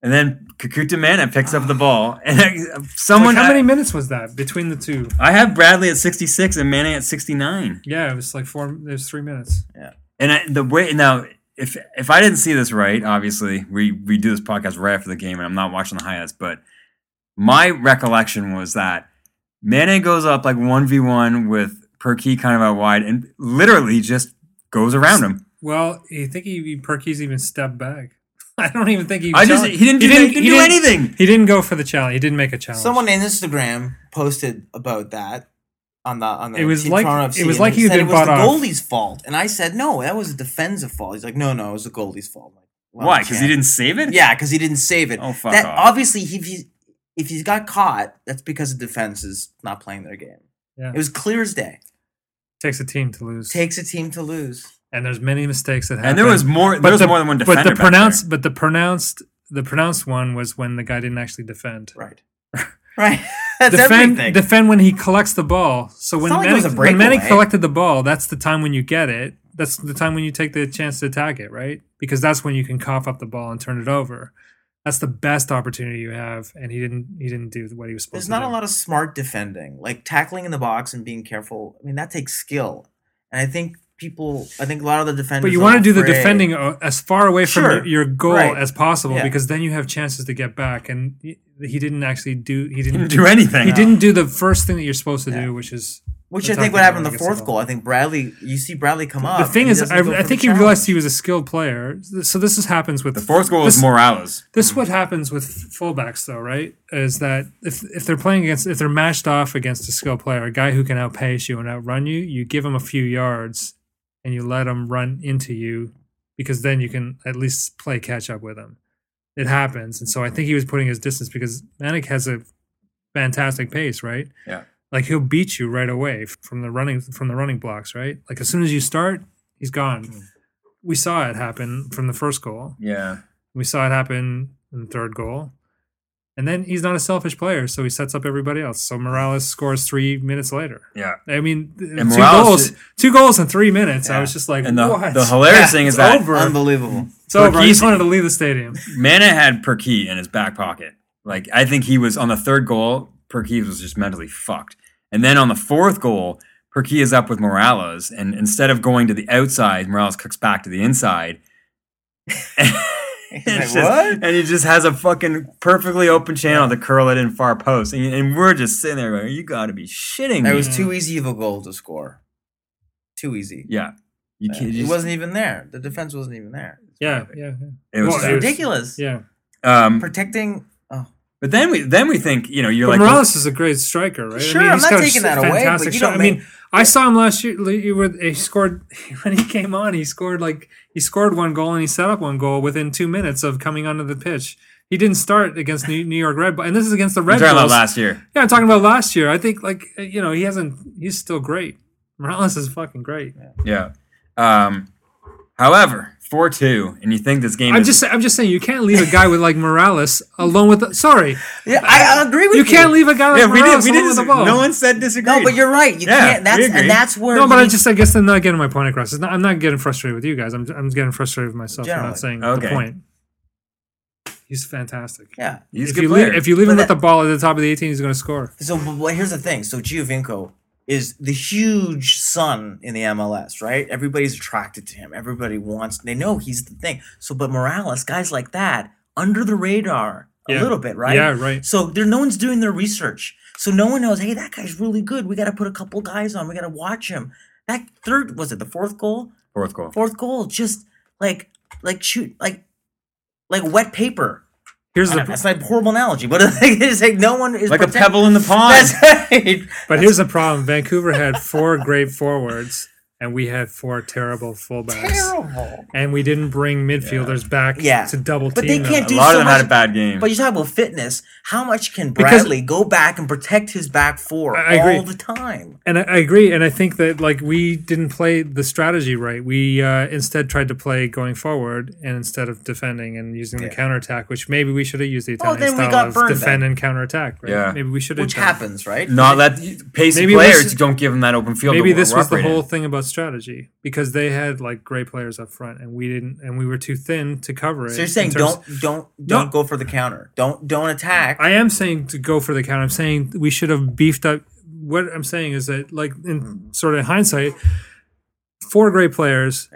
and then Kakuta Mana picks up the ball. And
Like,
someone.
how many
I,
minutes was that between the two?
I have Bradley at 66 and Manning at 69.
Yeah, it was like four. There's three minutes.
And I, the way now, if if I didn't see this right, obviously we we do this podcast right after the game, and I'm not watching the highlights. But my recollection was that Mane goes up like one v one with Perky kind of out wide, and literally just goes around him.
Well, you think he, he Perky's even stepped back? [laughs] I don't even think he.
I just-
challenged-
he didn't do that- he didn't do anything.
He didn't go for the challenge. He didn't make a challenge.
someone in Instagram posted about that on the on the
It was
T-
like-
Toronto FC,
it was
and
like
they
he had
said it
been
was the
bought off.
goalie's fault, and I said no, that was a defensive fault. He's like, no, no, it was the goalie's fault. I'm like, well,
Why? Because he
champ.
didn't save
[laughs]
it.
Yeah, because he didn't save it.
Oh, fuck
That
off.
obviously he- if he's if he's got caught, that's because the defense is not playing their game.
Yeah.
It was clear as day.
takes a team to lose.
Takes a team to lose.
and there's many mistakes that happen.
and there was more. There was more than one defender.
But the
back
pronounced, but the pronounced, the pronounced one was when the guy didn't actually defend.
Right. [laughs] right. [laughs] That's
defend,
everything.
defend when he collects the ball. So when
not like it
Manny,
was a
when Manny
breakaway.
collected the ball, that's the time when you get it. That's the time when you take the chance to attack it, right? Because that's when you can cough up the ball and turn it over. That's the best opportunity you have, and he didn't. He didn't do what he was supposed
There's
to.
not
do.
a lot of smart defending, like tackling in the box and being careful. I mean, that takes skill, and I think people, I think a lot of the defenders.
But you
are
want to do the
afraid.
defending uh, as far away from
Sure.
your, your goal
Right.
as possible
Yeah.
because then you have chances to get back. And he, he didn't actually do. He didn't,
Didn't do anything.
He didn't do the first thing that you're supposed to do, which is.
Which I
attack
think
the
what
ball
happened in the
against
fourth
ball.
goal. I think Bradley, you see Bradley come up.
The thing
and he
is,
doesn't
I,
go for
I
the
think he
challenge.
realized he was a skilled player. So this is happens with
There. The fourth goal was
this-
Morales.
This is what happens with fullbacks, though, right? Is that if if they're playing against if they're matched off against a skilled player, a guy who can outpace you and outrun you, you give him a few yards, and you let them run into you because then you can at least play catch up with them. It happens. And so I think he was putting his distance because Manic has a fantastic pace, right?
Yeah.
Like he'll beat you right away f- from the running from the running blocks, right? Like as soon as you start, he's gone. We saw it happen from the first goal.
Yeah.
We saw it happen in the third goal. And then he's not a selfish player, so he sets up everybody else. So Morales scores three minutes later.
Yeah.
I mean, th-
And
two
Morales
goals,
did-
two goals in three minutes. I
Yeah.
was just like,
And the,
what?
the hilarious
Yeah,
thing is
it's
that
over. [laughs]
Unbelievable.
it's over. I
Perkis-
just wanted to leave the stadium.
Mana had Perkey in his back pocket. Like I think he was on the third goal, Perkey was just mentally fucked. And then on the fourth goal, Perkey is up with Morales, and instead of going to the outside, Morales cooks back to the
[laughs]
inside.
He's
And
like,
it's just-
what?
And he just has a fucking perfectly open channel to curl it in far post, and, and we're just sitting there going, "You got to be shitting me!"
That
Mm.
was too easy of a goal to score. Too easy.
yeah, you can't.
It
just-
wasn't even there. The defense wasn't even there.
Yeah, yeah, yeah.
It was.
Well,
It's
it Oh, was-
ridiculous.
yeah.
um,
Protecting. Oh,
but then we then we think, you know, you're like,
But Morales is a great striker, right?
Sure, I'm
he's
not
got a
taking
s-
that away, but
fantastic
you don't
shot. I mean,
make-
I saw him last year. He, was- he scored [laughs] when he came on. He scored like he scored one goal and he set up one goal within two minutes of coming onto the pitch. He didn't start against New, New York Red Bull, and this is against the
you're
Red
talking about
Bulls.
last year.
yeah, I'm talking about last year. I think like uh, you know he hasn't. He's still great. Morales is fucking great.
Yeah. Um, however, four two, and you think this game?
I'm
is,
just I'm just saying you can't leave a guy with like Morales alone with. The, sorry,
yeah. I, I agree with you.
you can't leave a guy like
yeah, we did.
Morales
We
alone
did.
with the
dis-
ball.
No one said disagree.
No, but you're right. You
Yeah,
can't. That's
we agree.
and that's where.
No,
we
but I
need-
just I guess I'm not getting my point across. It's not, I'm not getting frustrated with you guys. I'm I'm getting frustrated with myself for
Generally.
not saying
Okay.
the point. He's fantastic.
yeah.
He's a
if
good
you
player.
leave, if you leave him
But
with the ball at the top of the 18, he's going to score.
So but what- here's the thing. So Giovinco is the huge sun in the MLS, right? Everybody's attracted to him. Everybody wants. They know he's the thing. So, but Morales, guys like that, under the radar a
Yeah.
little bit, right?
Yeah, right.
So there, no one's doing their research. So no one knows. Hey, that guy's really good. We got to put a couple guys on. We got to watch him. That third was it the fourth goal?
fourth goal.
Fourth goal, just like like shoot like like wet paper.
Here's
I know,
the
That's like a horrible analogy, but [laughs] it's like no one is
Like a
protect-
pebble in the pond. [laughs]
That's right.
but here's the problem. Vancouver had
[laughs]
four great forwards, and we had four terrible fullbacks,
Terrible.
and we didn't bring midfielders back
Yeah.
to double team.
But they
them.
can't
A
do
lot
so
of them
much.
had a bad game.
But you talk about fitness. How much can
Because-
Bradley go back and protect his back four
I- I
all
agree.
the time?
And I, I agree, and I think that like we didn't play the strategy right. We uh, instead tried to play going forward, and instead of defending and using the
Yeah. counterattack,
counterattack, which maybe we should have used the
Well,
Italian
then we
style
got
of
burned
defend
then.
and counterattack. Right?
Yeah.
Maybe we should have
Which
done-
happens, right?
Not let pacey
Maybe we
players
should-
don't give them that open field.
Maybe
to
this was the
operate in.
whole thing about strategy because they had like great players up front, and we didn't, and we were too thin to cover it.
So you're saying
in terms-
don't don't don't go for the counter. Don't don't attack.
I am saying to go for the count. I'm saying we should have beefed up. What I'm saying is that, like, in sort of hindsight, four great players,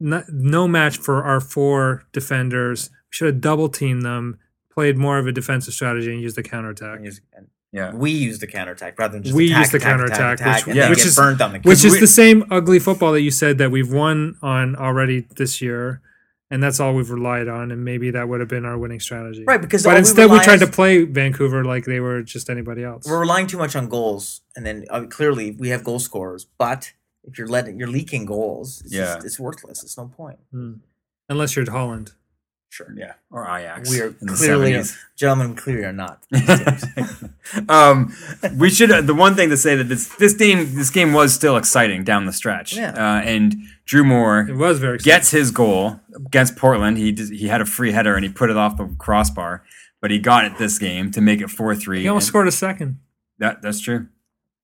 no, no match for our four defenders. We should have double teamed them, played more of a defensive strategy, and used the counterattack.
Use- and
Yeah.
We use the counterattack rather than just
We
attack,
use the
attack, attack,
counterattack,
attack,
which-
and
yeah.
then
which
get
is-
burned on the
Which is
we-
the same ugly football that you said that we've won on already this year, and that's all we've relied on. And maybe that would have been our winning strategy,
Right, because all
but
we
instead we
rely
tried to
on-
play Vancouver like they were just anybody else.
we're relying too much on goals, and then uh, clearly we have goal scorers. But if you're letting you're leaking goals, it's
Yeah.
just, it's worthless. It's no point.
Mm. Unless you're Holland.
Sure.
yeah, or Ajax.
We are
in the
clearly,
70s.
gentlemen, clearly are not.
um, we should. Uh, the one thing to say that this this game this game was still exciting down the stretch.
Yeah.
Uh, and Drew Moore
It was very exciting.
gets his goal against Portland. He did, he had a free header and he put it off the crossbar, but he got it this game to make it four three.
He almost scored a second.
That that's true.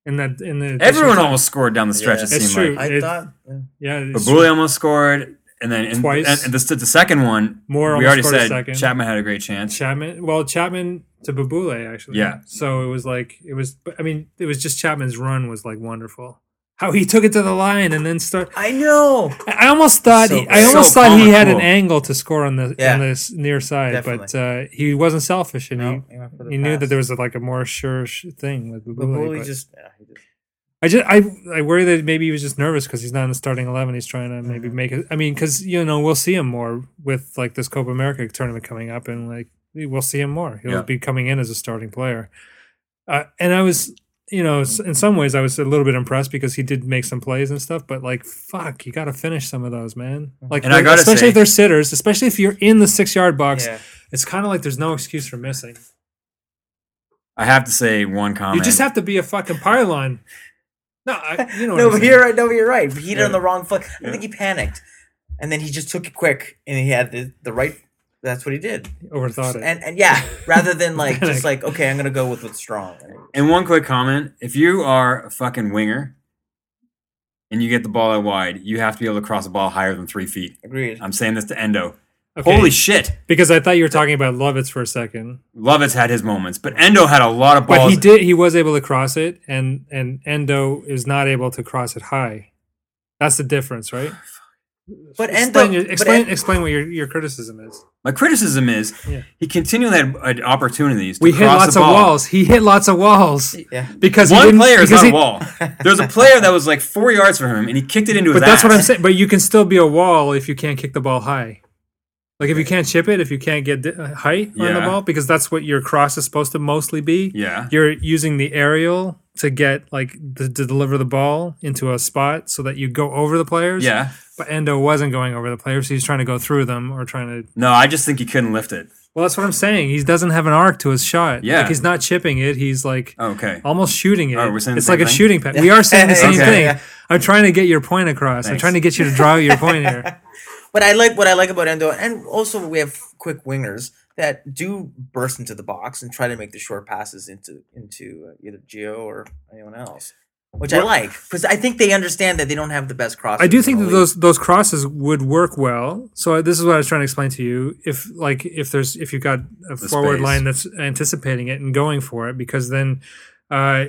in that in the
Everyone almost scored down the stretch.
Yeah.
It
It's
seemed
true.
like
I
It-
thought. yeah.
yeah it's
Babuli almost scored, and then and,
Twice.
and, and the, the second one.
Moore
we
almost
already
scored a
said
second.
Chapman had a great chance.
Chapman. Well, Chapman to Babule actually.
Yeah.
So it was like it was. I mean, it was just Chapman's run was like wonderful. How he took it to the line and then start.
I know.
I I almost thought
So
he, I almost
So
thought
calm
he
and
had
cool.
an angle to score on the
Yeah.
on this near side, but uh, he wasn't selfish and
No,
he.
he went for the
He knew
pass.
that there was like a more sure sh- thing with
But Bully
Babule. Just,
just, yeah, he just-
I just I, I worry that maybe he was just nervous because he's not in the starting eleven. He's trying
Mm-hmm.
to maybe make it. I mean, because you know we'll see him more with like this Copa America tournament coming up, and like we'll see him more. He'll
Yeah.
be coming in as a starting player. Uh, and I was you know, s- in some ways, I was a little bit impressed because he did make some plays and stuff. But like, fuck, you got to finish some of those, man.
Mm-hmm.
Like,
And I gotta
especially
say-
if they're sitters, especially if you're in the six yard box,
Yeah.
it's kind of like there's no excuse for missing.
I have to say one comment.
you just have to be a fucking pylon. No, I,
[laughs]
you know. what
no,
I'm
but
saying.
you're right. No, but you're right. He did
Yeah.
on the wrong foot. I think he panicked, and then he just took it quick, and he had the, the right. That's what he did.
overthought it.
And and [laughs] yeah, rather than like just
Panic.
like okay, I'm gonna go with what's strong.
And one quick comment: if you are a fucking winger and you get the ball out wide, you have to be able to cross a ball higher than three feet.
Agreed.
I'm saying this to Endo.
Okay.
Holy shit!
because I thought you were talking about Lovitz for a second,
Lovitz had his moments, but Endo had a lot of
but
balls.
he did. He was able to cross it, and and Endo is not able to cross it high. That's the difference, right?
But Endo,
Explain, your-
but
explain,
En-
explain what your, your criticism is.
My criticism is
Yeah.
he continually had uh, opportunities. To
We hit
cross
lots
the
of
ball.
walls. He hit lots of
[laughs]
walls
yeah,
because he
One
didn't,
player is
because
not
he-
a wall.
[laughs]
There's a player that was like four yards from him, and he kicked it into his.
But that's what I'm
ass.
saying. But you can still be a wall if you can't kick the ball high. Like if you can't chip it, if you can't get di- uh, height on the
Yeah.
ball, because that's what your cross is supposed to mostly be.
Yeah.
you're using the aerial to get like to, to deliver the ball into a spot so that you go over the players.
Yeah.
But Endo wasn't going over the players. He's trying to go through them or trying to.
No, I just think he couldn't lift it.
Well, that's what I'm saying. He doesn't have an arc to his shot.
Yeah.
Like, he's not chipping it. He's like
Oh, okay.
almost shooting it.
Oh, we're saying the
it's
same
like a
thing?
shooting pattern. We are saying the
[laughs]
same
Okay.
thing.
Yeah.
I'm trying to get your point across. I'm
Thanks.
trying to get you to draw your point
[laughs]
here.
But I like what I like about Endo, and also we have quick wingers that do burst into the box and try to make the short passes into into uh, either Gio or anyone else, which I like because I think they understand that they don't have the best cross.
I do think that those those crosses would work well. So this is what I was trying to explain to you. If like if there's if you've got a forward
space.
line that's anticipating it and going for it, because then uh,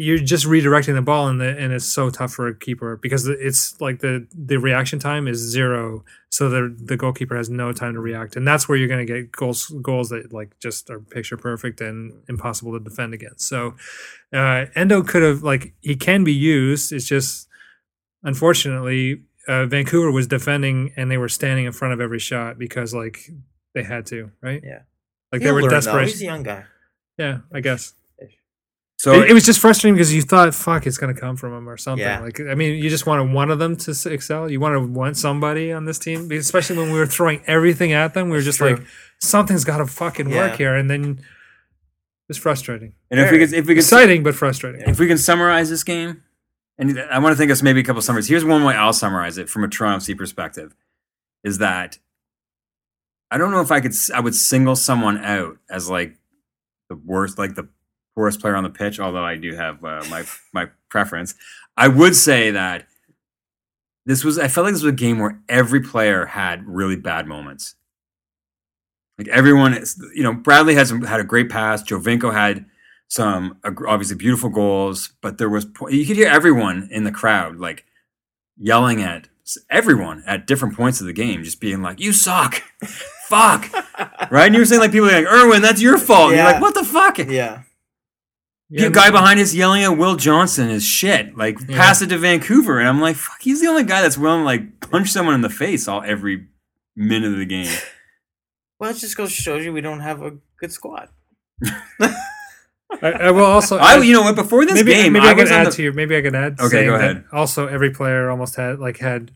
you're just redirecting the ball, and the, and it's so tough for a keeper because it's like the the reaction time is zero, so the the goalkeeper has no time to react, and that's where you're going to get goals goals that like just are picture perfect and impossible to defend against. So uh, Endo could have like he can be used. It's just unfortunately, uh, Vancouver was defending and they were standing in front of every shot because like they had to, right?
Yeah.
Like they were
He's a
desperate.
young guy.
Yeah, I guess.
So
it, it was just frustrating because you thought, "Fuck, it's gonna come from him" or something.
Yeah.
Like, I mean, you just wanted one of them to s- excel. You wanted one somebody on this team, especially when we were throwing everything at them. We were just
True.
like, "Something's got to fucking
Yeah.
work here," and then it's frustrating,
and if we could, if we could,
exciting but frustrating.
if we can summarize this game, and I want to think of maybe a couple summaries. Here's one way I'll summarize it from a Toronto FC perspective: is that I don't know if I could s- I would single someone out as like the worst, like the poorest player on the pitch. Although I do have uh, my my preference, I would say that this was I felt like this was a game where every player had really bad moments. Like everyone, is, you know, Bradley had some, had a great pass. Jovinko had some ag- obviously beautiful goals, but there was po- you could hear everyone in the crowd like yelling at s- everyone at different points of the game, just being like, "You suck,
[laughs]
fuck," right? And you were saying like people are like, "Irwin, that's your fault." And
Yeah.
you're like, "What the fuck?"
Yeah,
Yeah,
the guy behind us yelling at Will Johnson is shit. Like pass it to Vancouver, and I'm like, fuck, he's the only guy that's willing to like punch someone in the face all every minute of the
[laughs]
game.
well, it just goes to show you we don't have a good squad.
I, I will also.
I, you know what? Before this
maybe,
game,
maybe I,
I
could
was on
add
the,
to your maybe I could add.
Okay,
saying
go
that
ahead.
Also, every player almost had like had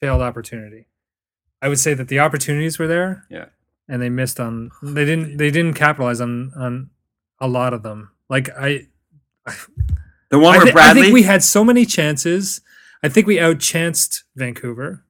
failed opportunity. I would say that the opportunities were there
yeah.
and they missed on they didn't they didn't capitalize on on a lot of them. Like I
The one
I,
where
thi- I
Bradley.
think we had so many chances. I think we outchanced Vancouver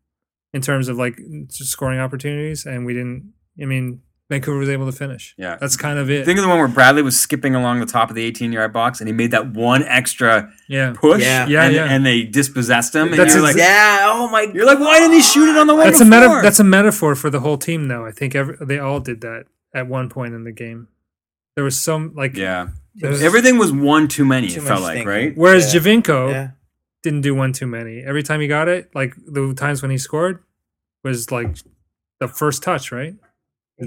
in terms of like scoring opportunities and we didn't I mean Vancouver was able to finish.
Yeah.
That's kind of it.
Think of the one where Bradley was skipping along the top of the 18 yard box and he made that one extra
yeah.
push.
Yeah.
Yeah,
and,
yeah.
and they dispossessed him. And
That's
you're
ex-
like,
yeah. Oh my.
you're like, why didn't he shoot it on the way
that's a
before?
meta- that's a metaphor for the whole team though i think every, they all did that at one point in the game there was some like
yeah.
there was-
Everything was one too many,
Too
it
much
felt like,
thinking.
right?
whereas
Yeah.
javinko
Yeah.
didn't do one too many every time he got it like the times when he scored was like the first touch right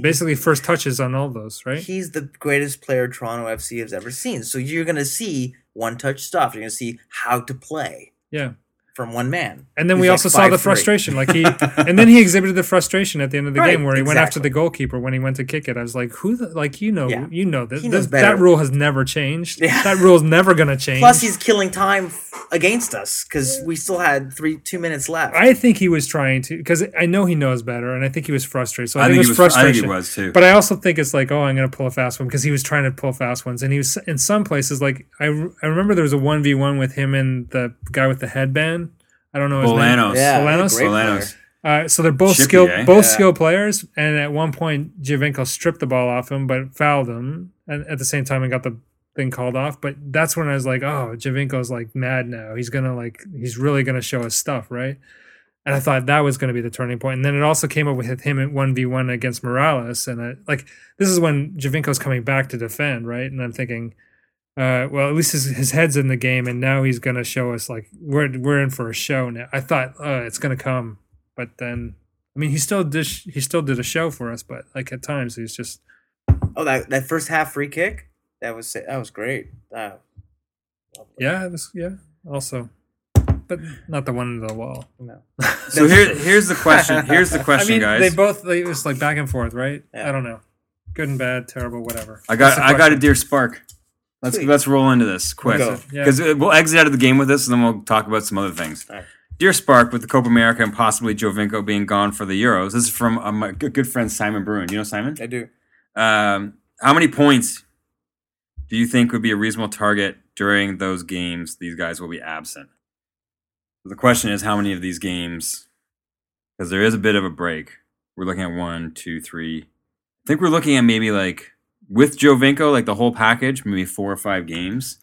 basically first touches on all those right
He's the greatest player Toronto FC has ever seen. So you're gonna see one touch stuff. You're gonna see how to play.
yeah
from one man.
And then we
He's like
also saw the
5'3".
frustration. Like
[laughs]
he, and then he exhibited the frustration at the end of the
Right,
game where he went after
exactly.
the goalkeeper when he went to kick it. I was like, who? The, like you know,
Yeah.
you know this.
He
this
knows better.
that rule has never changed.
Yeah.
That rule's never gonna change.
Plus, he's killing time f- against us because we still had three two minutes left.
I think he was trying to because I know he knows better, and I think he was frustrated. So I,
I
think,
think
it
he
was
was- I think
frustration.
he was, too.
But I also think it's like, oh, I'm going to pull a fast one because he was trying to pull fast ones, and he was in some places like I, re- I remember there was a one v one with him and the guy with the headband. I don't know his
Bolanos.
name.
Yeah,
Solanas?
great player.
Solanas.
Uh, so they're both
Chippy,
skilled,
eh?
both
Yeah.
skilled players, and at one point Javinko stripped the ball off him, but fouled him, and at the same time and got the thing called off. But that's when I was like, oh, Javinko's like mad now. He's gonna like, he's really gonna show his stuff, right? And I thought that was gonna be the turning point. And then it also came up with him at one v one against Morales, and I, like this is when Javinko's coming back to defend, right? And I'm thinking. Uh, well, at least his, his head's in the game, and now he's gonna show us like we're we're in for a show now. I thought uh, it's gonna come, but then I mean, he still did he still did a show for us, but like at times he's just
Oh, that that first half free kick that was that was great. Uh,
yeah, it was yeah. Also, but not the one into the wall. [laughs]
no.
So here, here's the
[laughs]
question. Here's the question,
I mean,
guys.
they both they, it was like back and forth, right?
Yeah.
I don't know, good and bad, terrible, whatever.
I
That's
got
the
I got a
question.
deer spark. Let's
Sweet.
let's roll into this quick
Go.
Yeah.
because we'll exit out of the game with this, and then we'll talk about some other things.
All right.
Dear Spark, with the Copa America and possibly Jovinko being gone for the Euros, this is from uh, my good good friend Simon Bruin. You know Simon?
I do.
Um, how many points do you think would be a reasonable target during those games? These guys will be absent. The question is, how many of these games? Because there is a bit of a break. We're looking at one, two, three. I think we're looking at maybe like with Jovinko, like the whole package, maybe four or five games.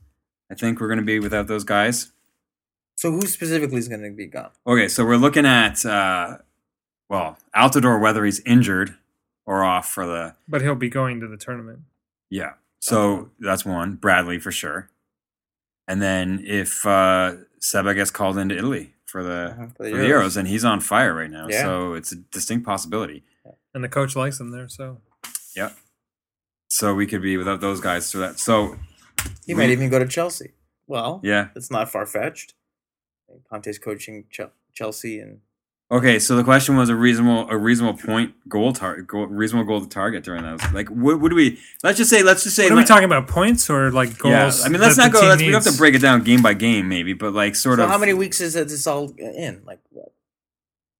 I think we're going to be without those guys.
So who specifically is going to be gone?
Okay, so we're looking at uh, well, Altador whether he's injured or off for the
But he'll be going to the tournament.
Yeah. So that's one. Bradley for sure. And then if uh Seba gets called into Italy for the,
Uh-huh,
for the Euros. and he's on fire right now.
Yeah.
So it's a distinct possibility.
And the coach likes him there, so
Yeah. So we could be without those guys so that so
He might even go to Chelsea. Well,
yeah.
it's not far fetched. Conte's coaching Chel- Chelsea, and
Okay, so the question was a reasonable a reasonable point goal target goal, reasonable goal to target during those. Like what, what do we let's just say let's just say
what are we
like-
talking about? Points or like goals?
Yeah, I mean let's not
that the
go
team
let's, we don't have
needs?
to break it down game by game maybe, but like sort
so
of
how many weeks is it- this all in? Like what?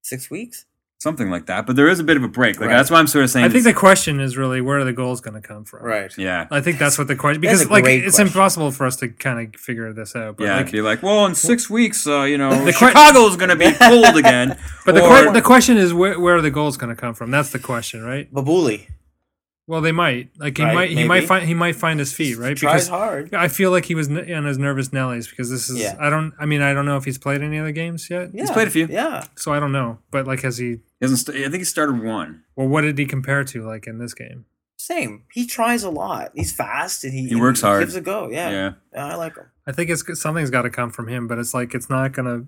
Six weeks?
something like that. But there is a bit of a break. Like
Right.
that's why I'm sort of saying
I think
it's-
the question is really where are the goals going to come from?
Right.
Yeah.
I think that's what the question
That's a
because like
great
it's
question.
impossible for us to kind of figure this out. But
yeah,
like,
it'd be like, well, in six weeks, uh, you know,
[laughs] The que-
Chicago's going to be cold again.
[laughs] But the,
or-
que- the question is where, where are the goals going to come from? That's the question, right?
Babuli
Well, they might. Like he
Right,
might he might
maybe.
find he might find his feet, right?
tries hard.
I feel like he was n- on his nervous nellies because this is
Yeah.
I don't I mean I don't know if he's played any other games yet.
Yeah,
played a few.
Yeah,
So I don't know. But like has he
He hasn't st- I think he started one.
well what did he compare to like in this game?
same. He tries a lot. He's fast, and he
He works
and
hard.
Gives a go. Yeah,
Yeah.
I like him.
I think it's something's got to come from him, but it's like it's not going to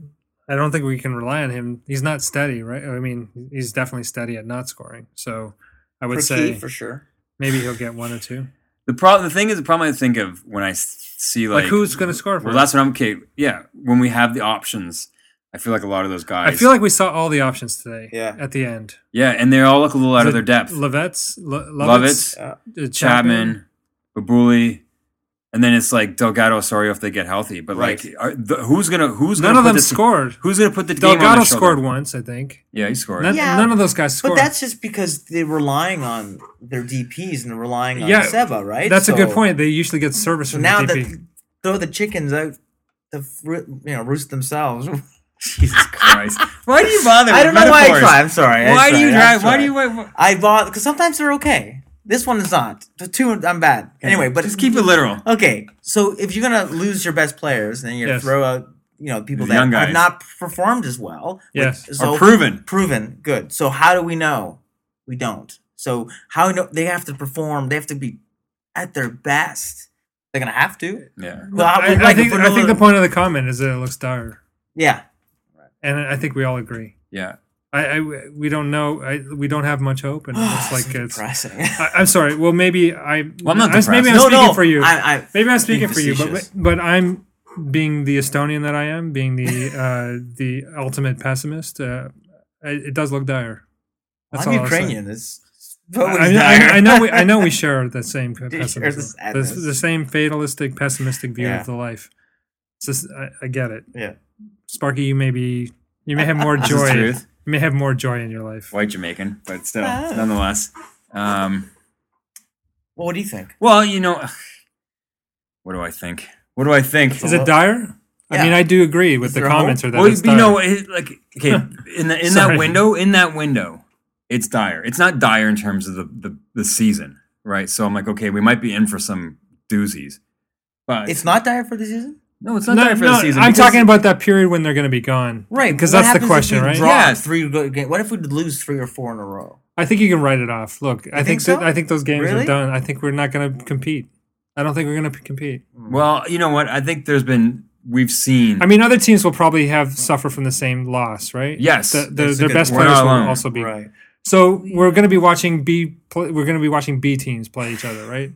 I don't think we can rely on him. He's not steady, right? I mean, he's definitely steady at not scoring. So I would
For
say
for sure.
maybe he'll get one or two.
The problem, the thing is, the problem I think of when I s- see like,
Like, who's going to score for
Well,
us?
that's what I'm. Okay, yeah. When we have the options, I feel like a lot of those guys.
I feel like we saw all the options today.
Yeah.
At the end,
yeah, and they all look a little out of
Is
their
it
depth.
Lovets, Lo- Lovitz,
Lovitz,
Yeah.
uh,
Chapman, Babuli. And then it's like Delgado, Osorio if they get healthy, but
Right.
like, are, the, who's gonna who's
None
gonna
of
put
them
this-
scored.
Who's gonna put the game on
Delgado
their shoulder?
scored once, I think.
Yeah, he scored.
None,
Yeah.
none of those guys
But
scored.
that's just because they're relying on their DPS and they're relying on
Yeah,
Seba, right?
That's a good
So-
point. They usually get service
So
from
now
the DP.
that throw the chickens out to fr- you know roost themselves. [laughs]
Jesus Christ! Why do you bother?
I
with
don't know why I
metaphors?
try. I'm sorry. I
Why do
tried,
you
I'm
drive? Why
sorry.
do you? Why, why?
I bought because sometimes they're okay. This one is not. The two, I'm bad. Anyway, but
Just keep it literal.
Okay, so if you're gonna lose your best players and then you
Yes.
throw out, you know, people
The
that
young
have
guys.
not performed as well, which-
Yes.
Or proven.
proven, good. So how do we know? We don't. So how know they have to perform? They have to be at their best. They're gonna have to.
Yeah.
Well,
I, I
we like
think,
to put
I think the
another-
point of the comment is that it looks dire,
Yeah,
and I think we all agree.
Yeah.
I, I we don't know. I, we don't have much hope, and
[sighs]
it's like it's. [laughs]
[laughs] depressing.
I, I'm sorry. Well, maybe I.
Well, I'm not
maybe I'm
depressed.
speaking
no, no,
for you.
I, I,
Maybe I'm speaking for you, but
facetious.
but I'm being the Estonian that I am, being the
[laughs]
uh, the ultimate pessimist, uh, it, it does look dire. That's
I'm
all I'll say.
Ukrainian. It's, it's
I,
totally
I-
dire.
I know we I know we share the
[laughs]
same
share the
pessimism, the,
sadness.
the same fatalistic, pessimistic view
Yeah.
of the life. It's just, I, I get it,
[laughs] yeah.
Sparky. You may be you may have more
This is
joy. You
truth.
may have more joy in your life.
White Jamaican, but still, nonetheless. Um,
Well, what do you think?
well, you know, [sighs] ugh, what do I think? What do I think?
Is it dire? I
Yeah.
mean, I do agree with
Is
the
there hope?
commenter that
Well,
it's
you know,
dire.
it, like okay, in the in
Sorry.
that window, in that window, it's dire. It's not dire in terms of the, the the season, right? So I'm like, okay, we might be in for some doozies, but
It's not dire for the season,
no, it's not
No,
dire for
no,
the season.
I'm
because-
talking about that period when they're going to be gone,
right?
Because
what
that's the
happens if
question,
we
right?
Draw
Yeah.
three good games. What if we lose three or four in a row?
I think you can write it off. Look, I
think
think,
so?
that I think those games
Really?
are done. I think we're not going to compete. I don't think we're going to compete.
Well, you know what? I think there's been we've seen.
I mean, other teams will probably have suffer from the same loss, right?
Yes.
The- the-
That's a
their
good
best
point. We're
players
not
will
alone.
also be. So we're going to be watching B. Play, we're going to be watching B teams play each other, right?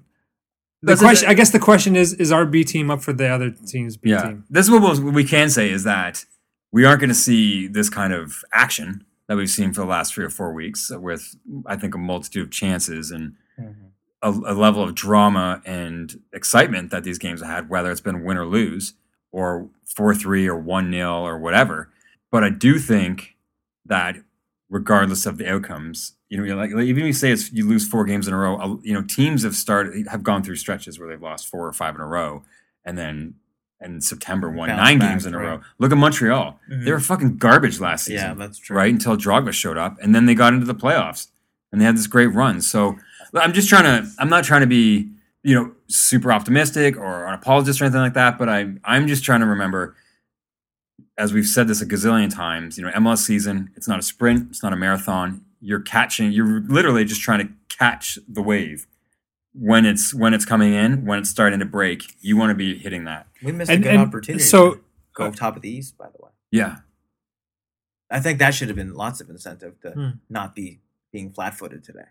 The
That's a-
question, I guess, the question is: Is our B team up for the other team's B
yeah,
team?
this is what we'll, we can say is that we aren't going to see this kind of action that we've seen for the last three or four weeks, with I think a multitude of chances and
Mm-hmm.
a, a level of drama and excitement that these games have had, whether it's been win or lose, or 4 3 or 1 0 or whatever. But I do think that regardless of the outcomes, you know, you're like like, even if you say it's you lose four games in a row, uh, you know, teams have started have gone through stretches where they've lost four or five in a row, and then in September won
Bounce
nine
back,
games in a
right.
row. Look at Montreal; they were fucking garbage last season
Mm-hmm. Yeah, that's true.
right? Until Drogba showed up, and then they got into the playoffs, and they had this great run. So I'm just trying to, I'm not trying to be, you know, super optimistic or an apologist or anything like that, but I, I'm just trying to remember, as we've said this a gazillion times, you know, MLS season, it's not a sprint, it's not a marathon. You're catching, you're literally just trying to catch the wave when it's when it's coming in, when it's starting to break. You want to be hitting that,
We missed
And-
a good
and
opportunity.
so-
to go top of the East, by the way.
yeah.
I think that should have been lots of incentive to
Hmm.
not be being
[laughs]
flat-footed today.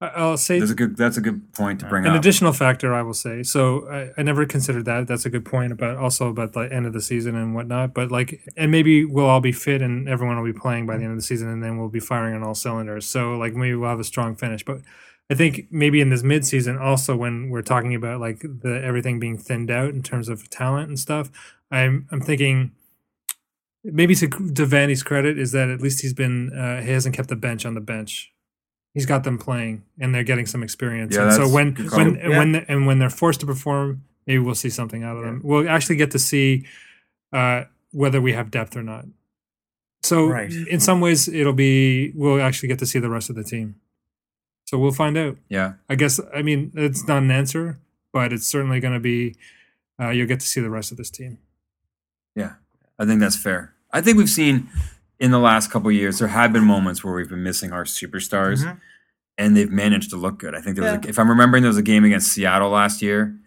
I- I'll say
That's a good. That's a good point to bring
an
up.
additional factor i will say so I, I never considered that that's a good point about also about the end of the season and whatnot but like and maybe we'll all be fit and everyone will be playing by the end of the season and then we'll be firing on all cylinders so like maybe we'll have a strong finish but i think maybe in this midseason also when we're talking about like the everything being thinned out in terms of talent and stuff i'm i'm thinking maybe to to Vandy's credit is that at least he's been uh, he hasn't kept the bench on the bench. He's got them playing and they're getting some experience.
Yeah,
and so
that's
when
good call.
when and
Yeah.
when they- and when they're forced to perform, maybe we'll see something out of them. We'll actually get to see uh, whether we have depth or not. So
Right.
in some ways, it'll be we'll actually get to see the rest of the team. So we'll find out.
yeah.
I guess I mean it's not an answer, but it's certainly going to be. Uh, you'll get to see the rest of this team.
Yeah, I think that's fair. I think we've seen in the last couple of years there have been moments where we've been missing our superstars,
Mhm.
and they've managed to look good. I think there was,
Yeah.
a, if I'm remembering, there was a game against Seattle last year,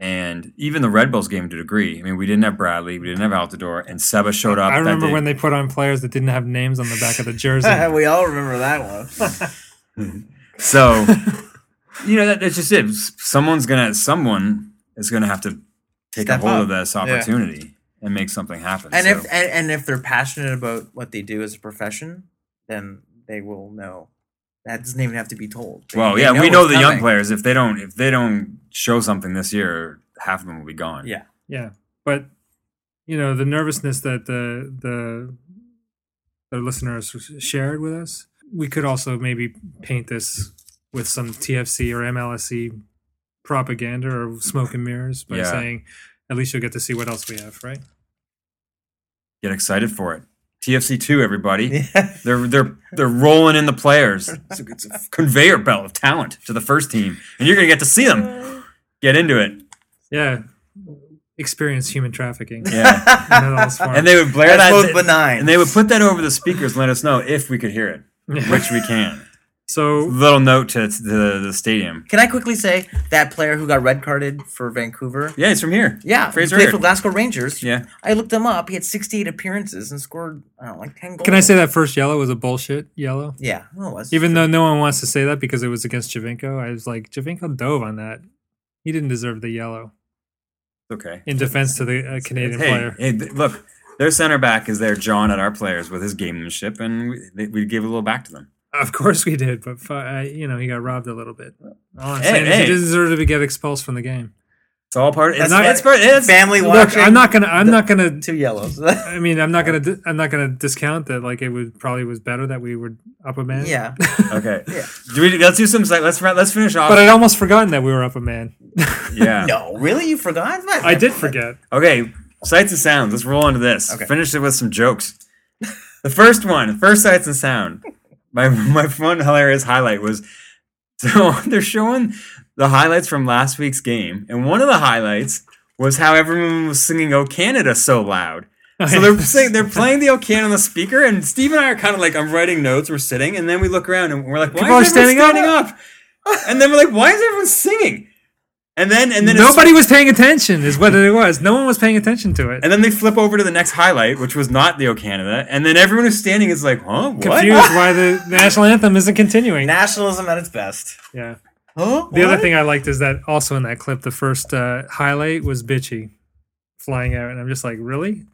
and even the Red Bulls game to a degree. I mean, we didn't have Bradley, we didn't have Altidore, and Seba showed up.
I remember
that
when
day.
they put on players that didn't have names on the back of the
[laughs]
jersey.
we all remember that one.
[laughs]
[laughs]
So, you know, that, that's just it. Someone's gonna, someone is gonna have to take
Step
a hold
up.
of this
Yeah.
opportunity and make something happen.
[laughs] and
So,
if and, and if they're passionate about what they do as a profession, then they will know. That doesn't even have to be told. They-
well,
they
yeah, we know
it's
the young
coming.
players. If they don't, if they don't show something this year, half of them will be gone.
Yeah,
yeah, but you know the nervousness that the the the listeners shared with us. We could also maybe paint this with some TFC or MLSC propaganda or smoke and mirrors by
Yeah.
saying, at least you'll get to see what else we have, right?
Get excited for it. TFC two, everybody.
Yeah.
[laughs] They're they're they're rolling in the
[laughs]
players. It's a, it's a conveyor belt of talent to the first team, and you're gonna get to see them. Get into it.
[laughs]
Yeah, experience human trafficking.
Yeah.
And that all is
[laughs]
fine.
And they would blare
That's
that,
both benign.
and they would put that over the speakers, and let us know if we could hear it, which we
[laughs]
can.
so
Little note to, to the, the stadium.
Can I quickly say that player who got red carded for Vancouver?
Yeah, it's from here.
Yeah, he
Fraser.
played for
Hurd.
Glasgow Rangers.
Yeah.
I looked him up. He had 68 appearances and scored I don't know, like 10 goals.
can I say that first yellow was a bullshit yellow?
Yeah, well, it was.
Even though no one wants to say that because it was against Javinko, I was like, Javinko dove on that. He didn't deserve the yellow.
okay.
in defense to the uh, Canadian
Hey,
player.
hey, th- look, their center back is their John at our players with his gamemanship, and we, they, we give a little back to them.
Of course we did, but fu- uh, you know he got robbed a little bit. All I'm
Hey,
saying is
hey.
he didn't deserve to get expelled from the game.
It's all part. It's
That's
not.
fine.
It's part. It's
Family
Look,
watching.
I'm not gonna. I'm not gonna.
[laughs] two yellows. [laughs]
I mean, I'm not gonna. di- I'm not gonna discount that. Like it would probably was better that we were up a man. [laughs]
[laughs] yeah.
Okay. Do we, let's do some. sec- Let's ra- let's finish off.
But I'd almost forgotten that we were up a man.
yeah.
No, really? You forgot? What?
[laughs]
I did forget.
Okay, sights and sounds. Let's roll into this.
Okay.
Finish it with some jokes. The first one, first sights and sound. My [laughs] my fun hilarious highlight was [laughs] so they're showing the highlights from last week's game, and one of the highlights was how everyone was singing "O Canada" so loud. So they're saying they're playing the O Canada on the speaker, and Steve and I are kind of like I'm writing notes. We're sitting, and then we look around and we're like, "Why
People
is
are
everyone standing,
standing up.
up?" and then we're like, "Why is everyone singing?" And then and then it's-
Nobody was paying attention, is what it was. No one was paying attention to it.
and then they flip over to the next highlight, which was not the O Canada. And then everyone who's standing is like, huh? What?
Confused why the national anthem isn't continuing.
Nationalism at its best.
Yeah.
Huh?
The
What?
other thing I liked is that also in that clip, the first uh, highlight was Bitchy flying out, and I'm just like, really? The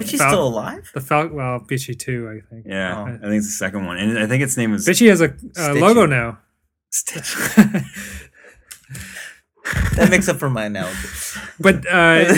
But she's
Fal-
still alive?
The Fal- well, Bitchy too, I think.
[laughs] Yeah,
Oh.
I think it's the second one. And I think its name was.
Bitchy has a uh,
Stitchy.
logo now.
That makes up for my analogy.
[laughs] But
[laughs]
uh,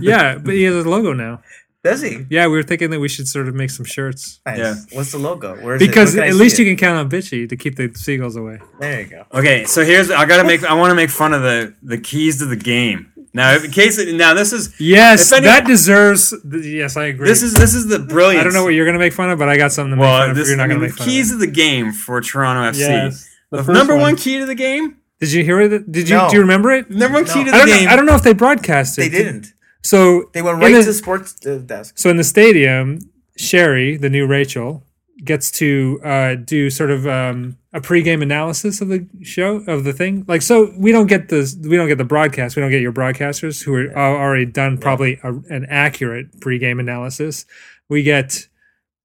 yeah, but he has a logo now.
Does he?
Yeah, we were thinking that we should sort of make some shirts
Nice.
Yeah.
What's the logo? Where is
because
it? Where
at
can I
least
see
you
it?
can count on Bitchy to keep the seagulls away.
There you go.
Okay, so here's I gotta make I want to make fun of the the keys to the game. Now, in case now this is
Yes,
If any-
that deserves. th- Yes, I agree.
this is this is the brilliance.
I don't know what you're going to make fun of, but I got something to make fun
well
of. if
this
you're not
I mean,
going to
the
make fun
keys
of.
of the game for Toronto FC.
Yes,
the
the first
number one.
one.
key to the game.
it. Did you hear it? Did you
No.
do you remember it?
Number one key to the
I don't,
game.
know, I don't know if they broadcast it.
They didn't.
So
They went
in
right
the-
to the sports uh, desk.
So in the stadium, Sherry, the new Rachel, gets to uh, do sort of um, a pregame analysis of the show of the thing. Like, so we don't get the we don't get the broadcast. We don't get your broadcasters who are, are already done probably a, an accurate pregame analysis. We get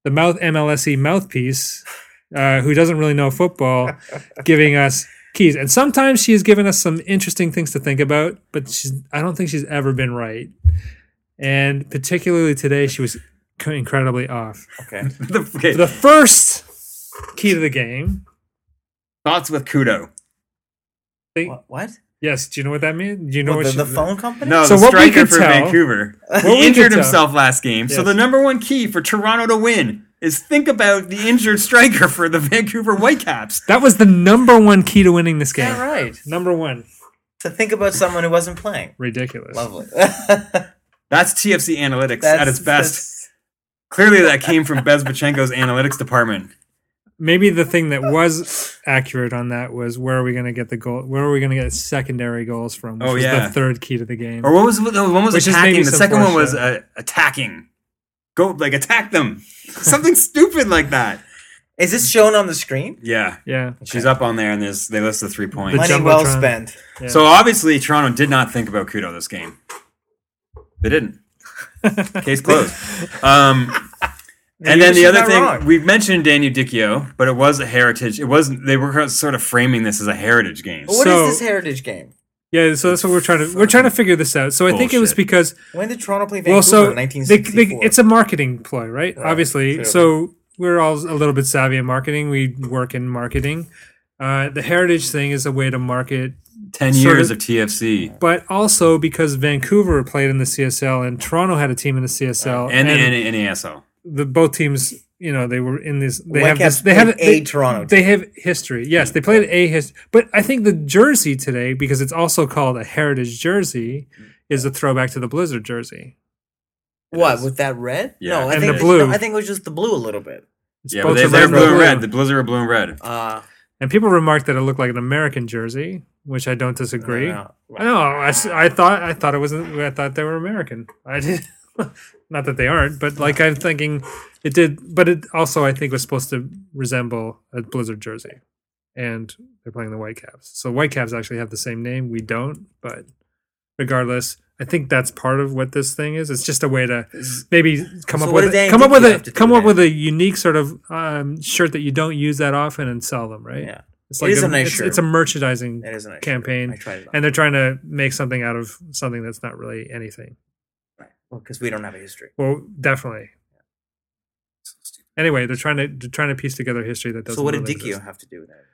the mouth MLSE E mouthpiece uh, who doesn't really know football giving us keys. And sometimes she has given us some interesting things to think about, but she's I don't think she's ever been right. And particularly today, she was c-
[laughs]
incredibly off.
Okay.
The, okay,
The first key to the game.
thoughts with Kudo.
They,
What? what?
yes, do you know what that means? Do you know what,
What, the,
she,
the phone company?
No,
So
the
what we
striker
could
for
tell- [laughs]
Vancouver.
we
He
could
injured
tell-
himself last game. So
Yes.
the number one key for Toronto to win is think about the injured striker for the [laughs] Vancouver Whitecaps.
That was the number one key to winning this game.
Yeah, right.
Number one.
To think about someone who wasn't playing.
Ridiculous.
[laughs] Lovely.
That's TFC analytics at its best.
that's-
Clearly, that came from Bezbachenko's analytics department.
Maybe the thing that was accurate on that was where are we going to get the goal? Where are we going to get secondary goals from? Which
Oh,
was
yeah.
the third key to the game.
Or what was the one was
Which is
attacking?
maybe
The
some
second one was uh,
foreshadow.
attacking. Go like attack them. [laughs] Something stupid like that.
Is this shown on the screen?
Yeah,
yeah.
she's up on there, and there's they list the three points.
The
Money
Jumbotron.
well spent.
Yeah.
So obviously, Toronto did not think about Kudo this game. They
[laughs]
didn't. Case closed. Um, and then the
she's
other
not
thing
wrong.
we've mentioned Danu Dicchio, but it was a heritage. It wasn't. They were sort of framing this as a heritage game.
What is
So-
this heritage game?
yeah, so that's what we're trying to we're trying to figure this out. So I think it was
Bullshit.
because
When did Toronto play Vancouver
well, so
in
they- they-
1964?
it's a marketing ploy, right? Obviously.
clearly.
So we're all a little bit savvy in marketing. We work in marketing. Uh, the heritage thing is a way to market,
Ten
sort
years
of-
of TFC
but also because Vancouver played in the CSL and Toronto had a team in the CSL,
and, and, and NASL.
the both teams, you know, they were in this. They have
Whitecaps
this. They have
played
they-
a Toronto
They have history. Yes, they played a history. But I think the jersey today, because it's also called a heritage jersey, is a throwback to the Blizzard jersey.
what with that red?
Yeah.
No, I
And
think
the
it was- no,
blue.
I think it was just the blue a little bit.
It's
Yeah, but
both
they,
the
they're
red and the
blue and
blue.
red. The Blizzard are blue and red.
Uh,
And people remarked that it looked like an American jersey, which I don't disagree.
I don't know.
No, I, s- I thought I thought it was I thought they were American. I did [laughs] not that they aren't, but like I'm thinking it did. But it also I think was supposed to resemble a Blizzard jersey, and they're playing the Whitecaps. So Whitecaps actually have the same name. We don't, but regardless, I think that's part of what this thing is. It's just a way to maybe come
So
up
what
with
did
a,
they
come up
think
with
you have to
a
do
come up
then?
with a unique sort of um, shirt that you don't use that often and sell them. Right?
Yeah.
It's
It
like
is a nice
it's,
shirt.
it's a merchandising
That is a nice shirt.
campaign,
I tried it. On.
and they're trying to make something out of something that's not really anything.
because we don't have a history.
Well, definitely. Anyway, they're trying to they're trying to piece together history that doesn't.
So what did
really
Dicchio
exist.
have to do with that?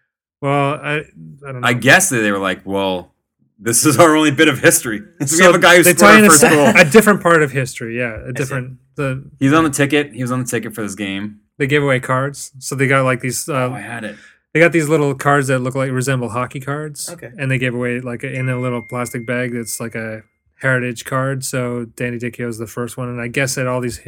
Well, I I don't know.
I guess that they were like, well, this is our only bit of history. [laughs] we
So
have a guy who
they
scored
tie in
our
a,
first
se-
goal.
[laughs] a different part of history. Yeah, a different the
He's on the ticket. He was on the ticket for this game.
they gave away cards, so they got like these.
Oh, I
Uh,
had it.
they got these little cards that look like resemble hockey cards.
Okay.
and they gave away like a, in a little plastic bag that's like a heritage card. So Danny Dicchio is the first one, and I guess that all these,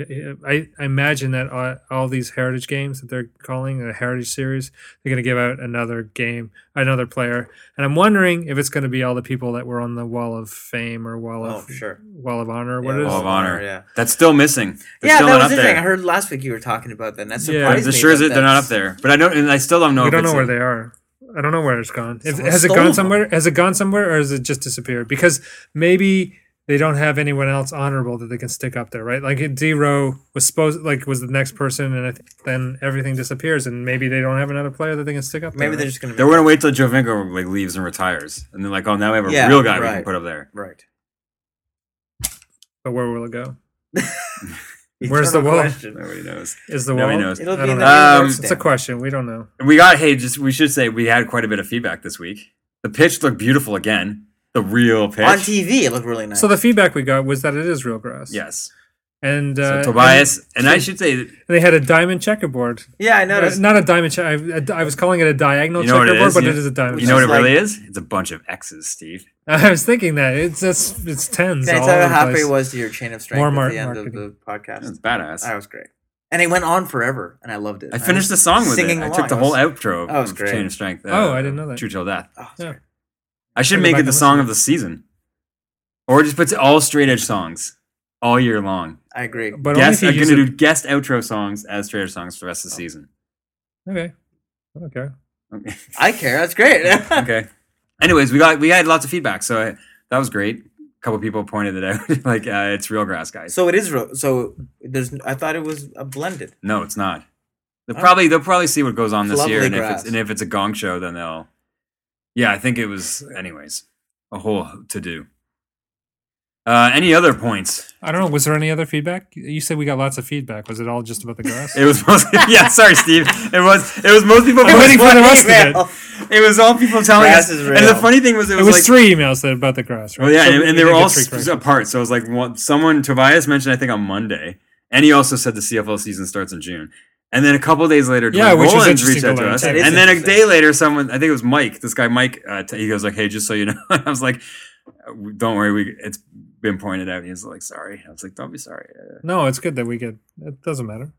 I, I imagine that all, all these heritage games that they're calling the heritage series, they're going to give out another game, another player, and I'm wondering if it's going to be all the people that were on the Wall of Fame or Wall
Oh,
of
sure.
Wall of Honor. What
Yeah,
is
Wall of Honor.
Yeah.
That's still missing. They're
yeah,
still
that
not up
was interesting. I
there.
heard last week you were talking about that. And that
Yeah.
surprised
The
me
sure is
that
that they're not
that's-
up there. But I don't, and I still don't know.
we
if
don't
it's
know where
a-
they are. I don't know where it's gone. If,
Someone
has it
stole
gone
them.
somewhere? Has it gone somewhere, or has it just disappeared? Because maybe they don't have anyone else honorable that they can stick up there, right? Like D Row was supposed, like was the next person, and I think then everything disappears, and maybe they don't have another player that they can stick up.
Maybe
there,
they're just going to.
They're going to wait till Jovinko like, leaves and retires. And they're like, oh, now we have a
Yeah,
real guy we can
right.
put up there.
Right.
right? But where will it go? Where's the
Eternal
wall?
question.
Nobody knows.
Is the
Nobody
wall?
knows.
It'll
I
be
don't
in the
know.
Um,
New York
It's a
stand.
question. We don't know.
We got, hey, just, we should say we had quite a bit of feedback this week. The pitch looked beautiful again. The real pitch.
On TV, it looked really nice.
So the feedback we got was that it is real grass.
Yes.
and
So
uh,
Tobias, and, I
and-
should say, that-
and they had a diamond checkerboard.
yeah, I
Uh,
noticed.
Not a diamond. Che- I, I- I was calling it a diagonal
you know what it
checkerboard,
is.
but
You-
it is a diamond.
You know what it
It's like-
really is? It's a bunch of X's, Steve.
[laughs] I was thinking that it's that's it's tens.
Can I
all
tell you
over
how
the
happy
place.
I was to your chain of strength
More
at
mar-
the end
marketing.
of the podcast?
It's badass.
That was great. And it went on forever, and I loved it.
I finished the song with it.
singing
I
along.
took the whole
I
outro
that was
of
great.
Chain of Strength. uh,
Oh, I didn't know that.
True Till Death.
Oh,
Yeah.
I should
Go
make
back
it
and
the
listen
song
to
of the season, or just puts all straight edge songs all year long.
I agree.
But
Guest,
only
I'm
if you
gonna
use
do guest outro songs as straight edge songs for the
Oh.
rest of the season.
it- Okay, I don't care.
[laughs]
Okay.
I care. That's great.
[laughs]
[laughs]
okay. Anyways, we got we had lots of feedback, so I, that was great. A couple people pointed it out, [laughs] like uh, it's real grass, guys.
so it is. Ro- so there's. I thought it was a blended.
No, it's not. They'll probably they'll probably see what goes on
It's
this year,
lovely
and if
grass.
it's and if it's a gong show, then they'll. Yeah, I think it was. Anyways, a whole to do. Uh, any other points?
I don't know. Was there any other feedback? You said we got lots of feedback. Was it all just about the
[laughs]
grass?
It was [laughs] mostly yeah. Sorry, Steve. It was it was most people.
I'm waiting for the rest of it.
Well, [laughs]
It was all people telling us.
Grass is
And the
real.
funny thing was, it
It
was,
was
like
three emails that about the grass, right?
Well, Oh, yeah,
So
and,
we
and they were
did
all
get three
sp-
correct.
apart. So I was like, one, someone, Tobias mentioned, I think on Monday, and he also said the CFL season starts in June. And then a couple days later, Dwayne
Yeah, which was
Rollins
interesting
reached
to
out to
learn,
us.
too.
That is
And then a
interesting.
day later, someone, I think it was Mike, this guy Mike, uh, t- he goes like, hey, just so you know. [laughs] I was like, don't worry, we it's been pointed out. And he was like, sorry. I was like, don't be sorry. Uh,
No, it's good that we get. It doesn't matter.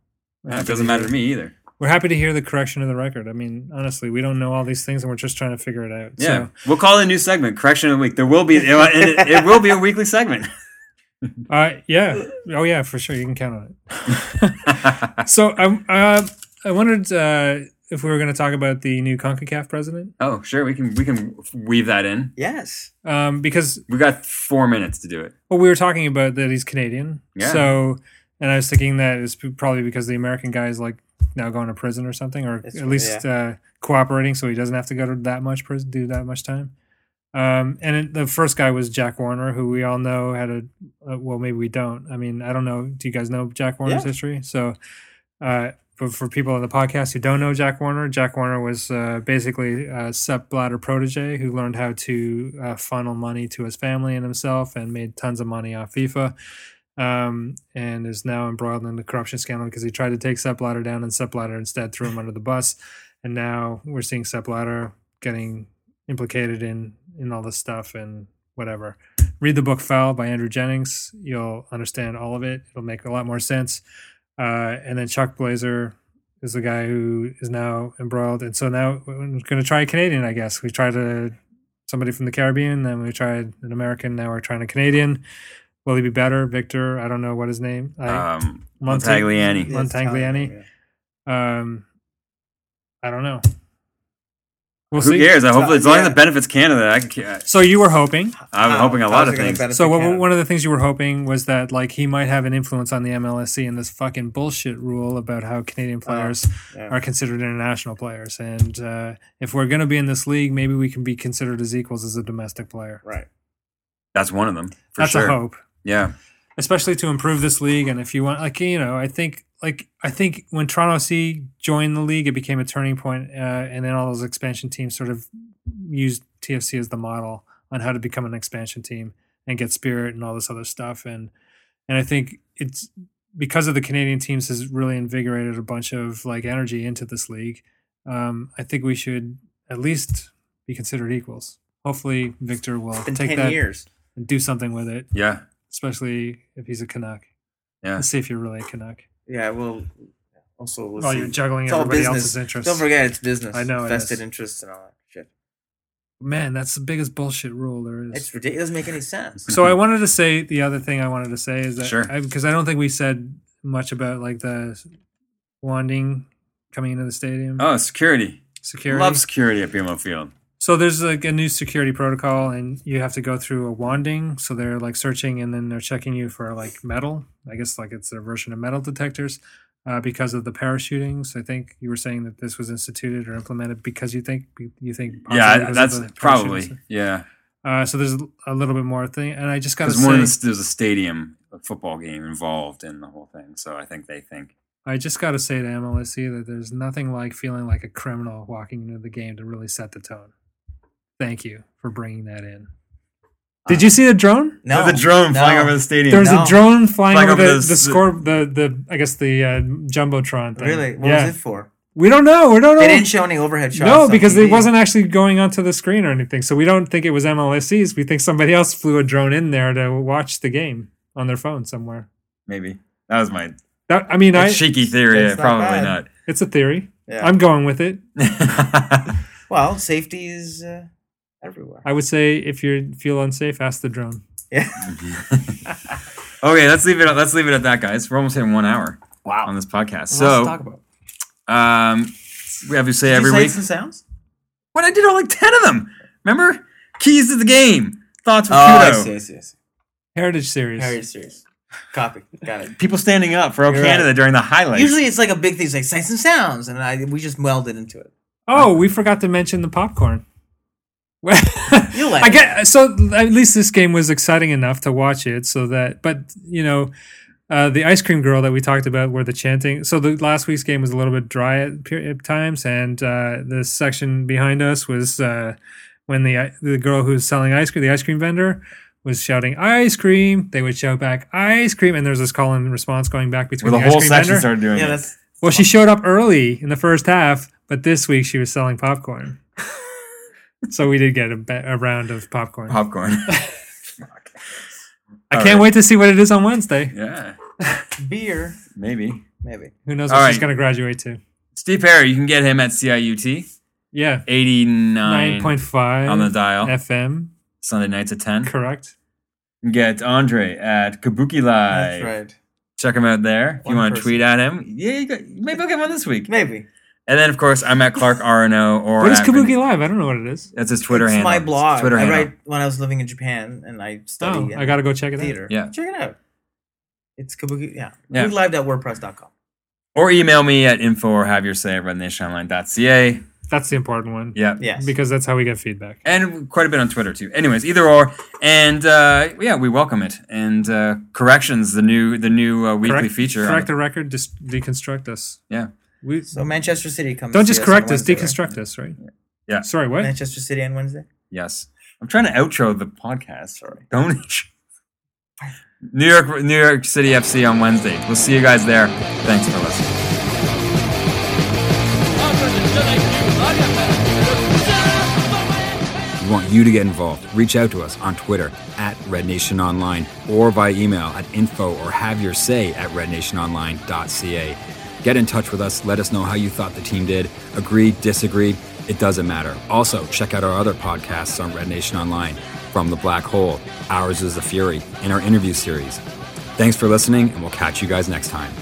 it doesn't matter to me either.
We're happy to hear the correction of the record. I mean, honestly, we don't know all these things, and we're just trying to figure it out.
Yeah,
So,
we'll call it a new segment, correction of the week. There will be, and it, it will be a weekly segment. [laughs]
uh, yeah. Oh, yeah, for sure. You can count on
[laughs]
it. So, I uh, I wondered uh, if we were going to talk about the new Concacaf president,
oh, sure, we can we can weave that in.
yes.
um, because
We got four minutes to do it.
Well, we were talking about that he's Canadian.
Yeah.
So, and I was thinking that it's probably because the American guy is like now going to prison or something, or
It's-
at least uh, cooperating, so he doesn't have to go to that much prison, do that much time. Um, and it, the first guy was Jack Warner, who we all know had a uh, well, maybe we don't. I mean, I don't know. Do you guys know Jack Warner's
Yeah.
history? So, uh, but for people on the podcast who don't know Jack Warner, Jack Warner was uh, basically uh, Sepp Blatter protege who learned how to uh, funnel money to his family and himself and made tons of money off FIFA um, and is now embroiled in the corruption scandal because he tried to take Sepp Blatter down and Sepp Blatter instead threw him under the bus. And now we're seeing Sepp Blatter getting implicated in, in all this stuff and whatever. Read the book Foul by Andrew Jennings. You'll understand all of it. It'll make a lot more sense uh, and then Chuck Blazer is the guy who is now embroiled, and so now we're going to try a Canadian, I guess. We tried a somebody from the Caribbean, then we tried an American. Now we're trying a Canadian. Will he be better, Victor? I don't know what his name. I,
Um,
Monte-
Montagliani.
Montagliani. Um, I don't know. We'll
Who
see.
cares? I hope as long as
yeah.
it benefits Canada, I can,
So you were hoping.
I'm
How-
hoping a
how's
lot
it
of
gonna
things.
benefit
So what,
Canada?
one of the things you were hoping was that like he might have an influence on the MLSC and this fucking bullshit rule about how Canadian players
Oh, yeah.
are considered international players. And uh, if we're going to be in this league, maybe we can be considered as equals as a domestic player.
right.
That's one of them. For
That's
sure.
a hope.
Yeah.
especially to improve this league. And if you want, like you know, I think like I think when Toronto FC joined the league, it became a turning point, uh, and then all those expansion teams sort of used TFC as the model on how to become an expansion team and get spirit and all this other stuff. And and I think it's because of the Canadian teams has really invigorated a bunch of like energy into this league. Um, I think we should at least be considered equals. Hopefully, Victor will
It's been
take
10
that
years.
and do something with it
Yeah.
especially if he's a Canuck.
Yeah.
Let's see if you're really a Canuck.
Yeah, well, also, we'll
While
see.
Oh, you're juggling
It's all
everybody
business.
else's interests.
Don't forget, it's business.
I know it
Vested
is.
interests and all that shit.
Man, that's the biggest bullshit rule there is.
It's ridiculous. It doesn't make any
[laughs]
sense.
so I wanted to say the other thing I wanted to say is that
Sure.
because I, don't think we said much about like the wanding coming into the stadium
Oh, security.
security.
Love security at BMO Field.
So there's like a new security protocol, and you have to go through a wanding. So they're like searching, and then they're checking you for like metal. I guess like it's their version of metal detectors uh, because of the parachutings. I think you were saying that this was instituted or implemented because you think you think
Yeah,
possibly because
that's
of the
probably
parachutes.
yeah.
Uh, so there's a little bit more thing, and I just gotta
Because one
say,
of the, there's a stadium a football game involved in the whole thing, so I think they think
I just gotta say to MLSC that there's nothing like feeling like a criminal walking into the game to really set the tone. Thank you for bringing that in. Did you see the drone?
no.
the drone
no.
flying over the stadium.
There was
No.
a drone flying
Flying
over,
over
the,
the-
the score the the I guess the uh, jumbotron thing.
Really? What
yeah.
was it for?
We don't know. We don't know.
They didn't show any overhead shots.
no,
on
because
TV.
it wasn't actually going onto the screen or anything. So we don't think it was MLSC's. We think somebody else flew a drone in there to watch the game on their phone somewhere.
Maybe that was my
That I mean, I,
cheeky theory.
That's not
probably
bad.
not.
it's a theory.
Yeah.
I'm going with it.
Well, safety is uh, everywhere. [laughs]
I would say if you feel unsafe, ask the drone.
Yeah.
[laughs] okay, let's leave it. Let's leave it at that, guys. We're almost hitting one hour. Wow. On this podcast, so
talk about.
um, we have to say
Did
every
you say
week.
some sounds?
What I did all like ten of them. Remember keys to the game. Thoughts with
Oh, I
Kudo.
see, I see, I see.
Heritage series.
Very serious. Copy. Got it.
People standing up for O
You're
Canada
right.
during the highlights.
Usually it's like a big thing. It's like, say some sounds. And I we just melded into it.
Oh, we forgot to mention the popcorn. [laughs] Well,
You'll like
I get so at least this game was exciting enough to watch it. So that, but you know, uh, the ice cream girl that we talked about, where the chanting. So the last week's game was a little bit dry at, per- at times, and uh, the section behind us was uh, when the the girl who's selling ice cream, the ice cream vendor, was shouting ice cream. They would shout back ice cream, and there was this call and response going back between
Where the
ice
whole
cream
section
vendor.
started doing
Yeah,
it.
that's
Well, she showed up early in the first half, but this week she was
[laughs]
selling popcorn. so we did get a, ba- a round of popcorn.
[laughs] popcorn.
I can't wait to see what it is on Wednesday.
yeah,
beer.
maybe.
Maybe.
Who knows
All
what she's
right.
going to graduate to?
Steve Perry, you can get him at CIUT
Yeah,
89
nine point five
on the dial.
FM.
Sunday nights at 10. You
Correct.
can get Andre at Kabuki Live.
That's right.
Check him out there. If you
One
want to
person.
tweet at him, yeah, you got, maybe I'll get one this week.
Maybe.
And then, of course, I'm at Clark RNO or
What is
at-
Kabuki Live? I don't know what it is.
That's his Twitter
it's
handle.
my
It's
blog.
Twitter
I
handle.
write when I was living in Japan and I
Oh,
study
I got to go check it out.
theater.
Yeah.
Check it out. It's kabuki. Yeah.
Yeah.
KabukiLive.wordpress.com.
Or email me at info or have your say at rednationonline.ca.
That's the important one.
Yeah.
Yes.
Because that's how we get feedback.
and quite a bit on Twitter too. Anyways, either or, and uh, yeah, we welcome it. And uh, corrections, the new the new uh, weekly
correct,
feature. on-
Correct the record. Dis- deconstruct us.
yeah,
We
so Manchester City comes.
don't
see
just
us on
correct us.
Wednesday, right?
Deconstruct us. Right.
Yeah.
Sorry. What?
Manchester City on Wednesday.
yes. I'm trying to outro the podcast.
Sorry.
Don't. [laughs] New York, New York City FC on Wednesday. We'll see you guys there. Thanks for listening.
We want you to get involved. Reach out to us on Twitter at Red Nation Online or by email at info or have your say at rednationonline.ca. Get in touch with us. Let us know how you thought the team did. Agreed, disagreed, it doesn't matter. Also, check out our other podcasts on Red Nation Online From the Black Hole, Ours is the Fury, and our interview series. Thanks for listening, and we'll catch you guys next time.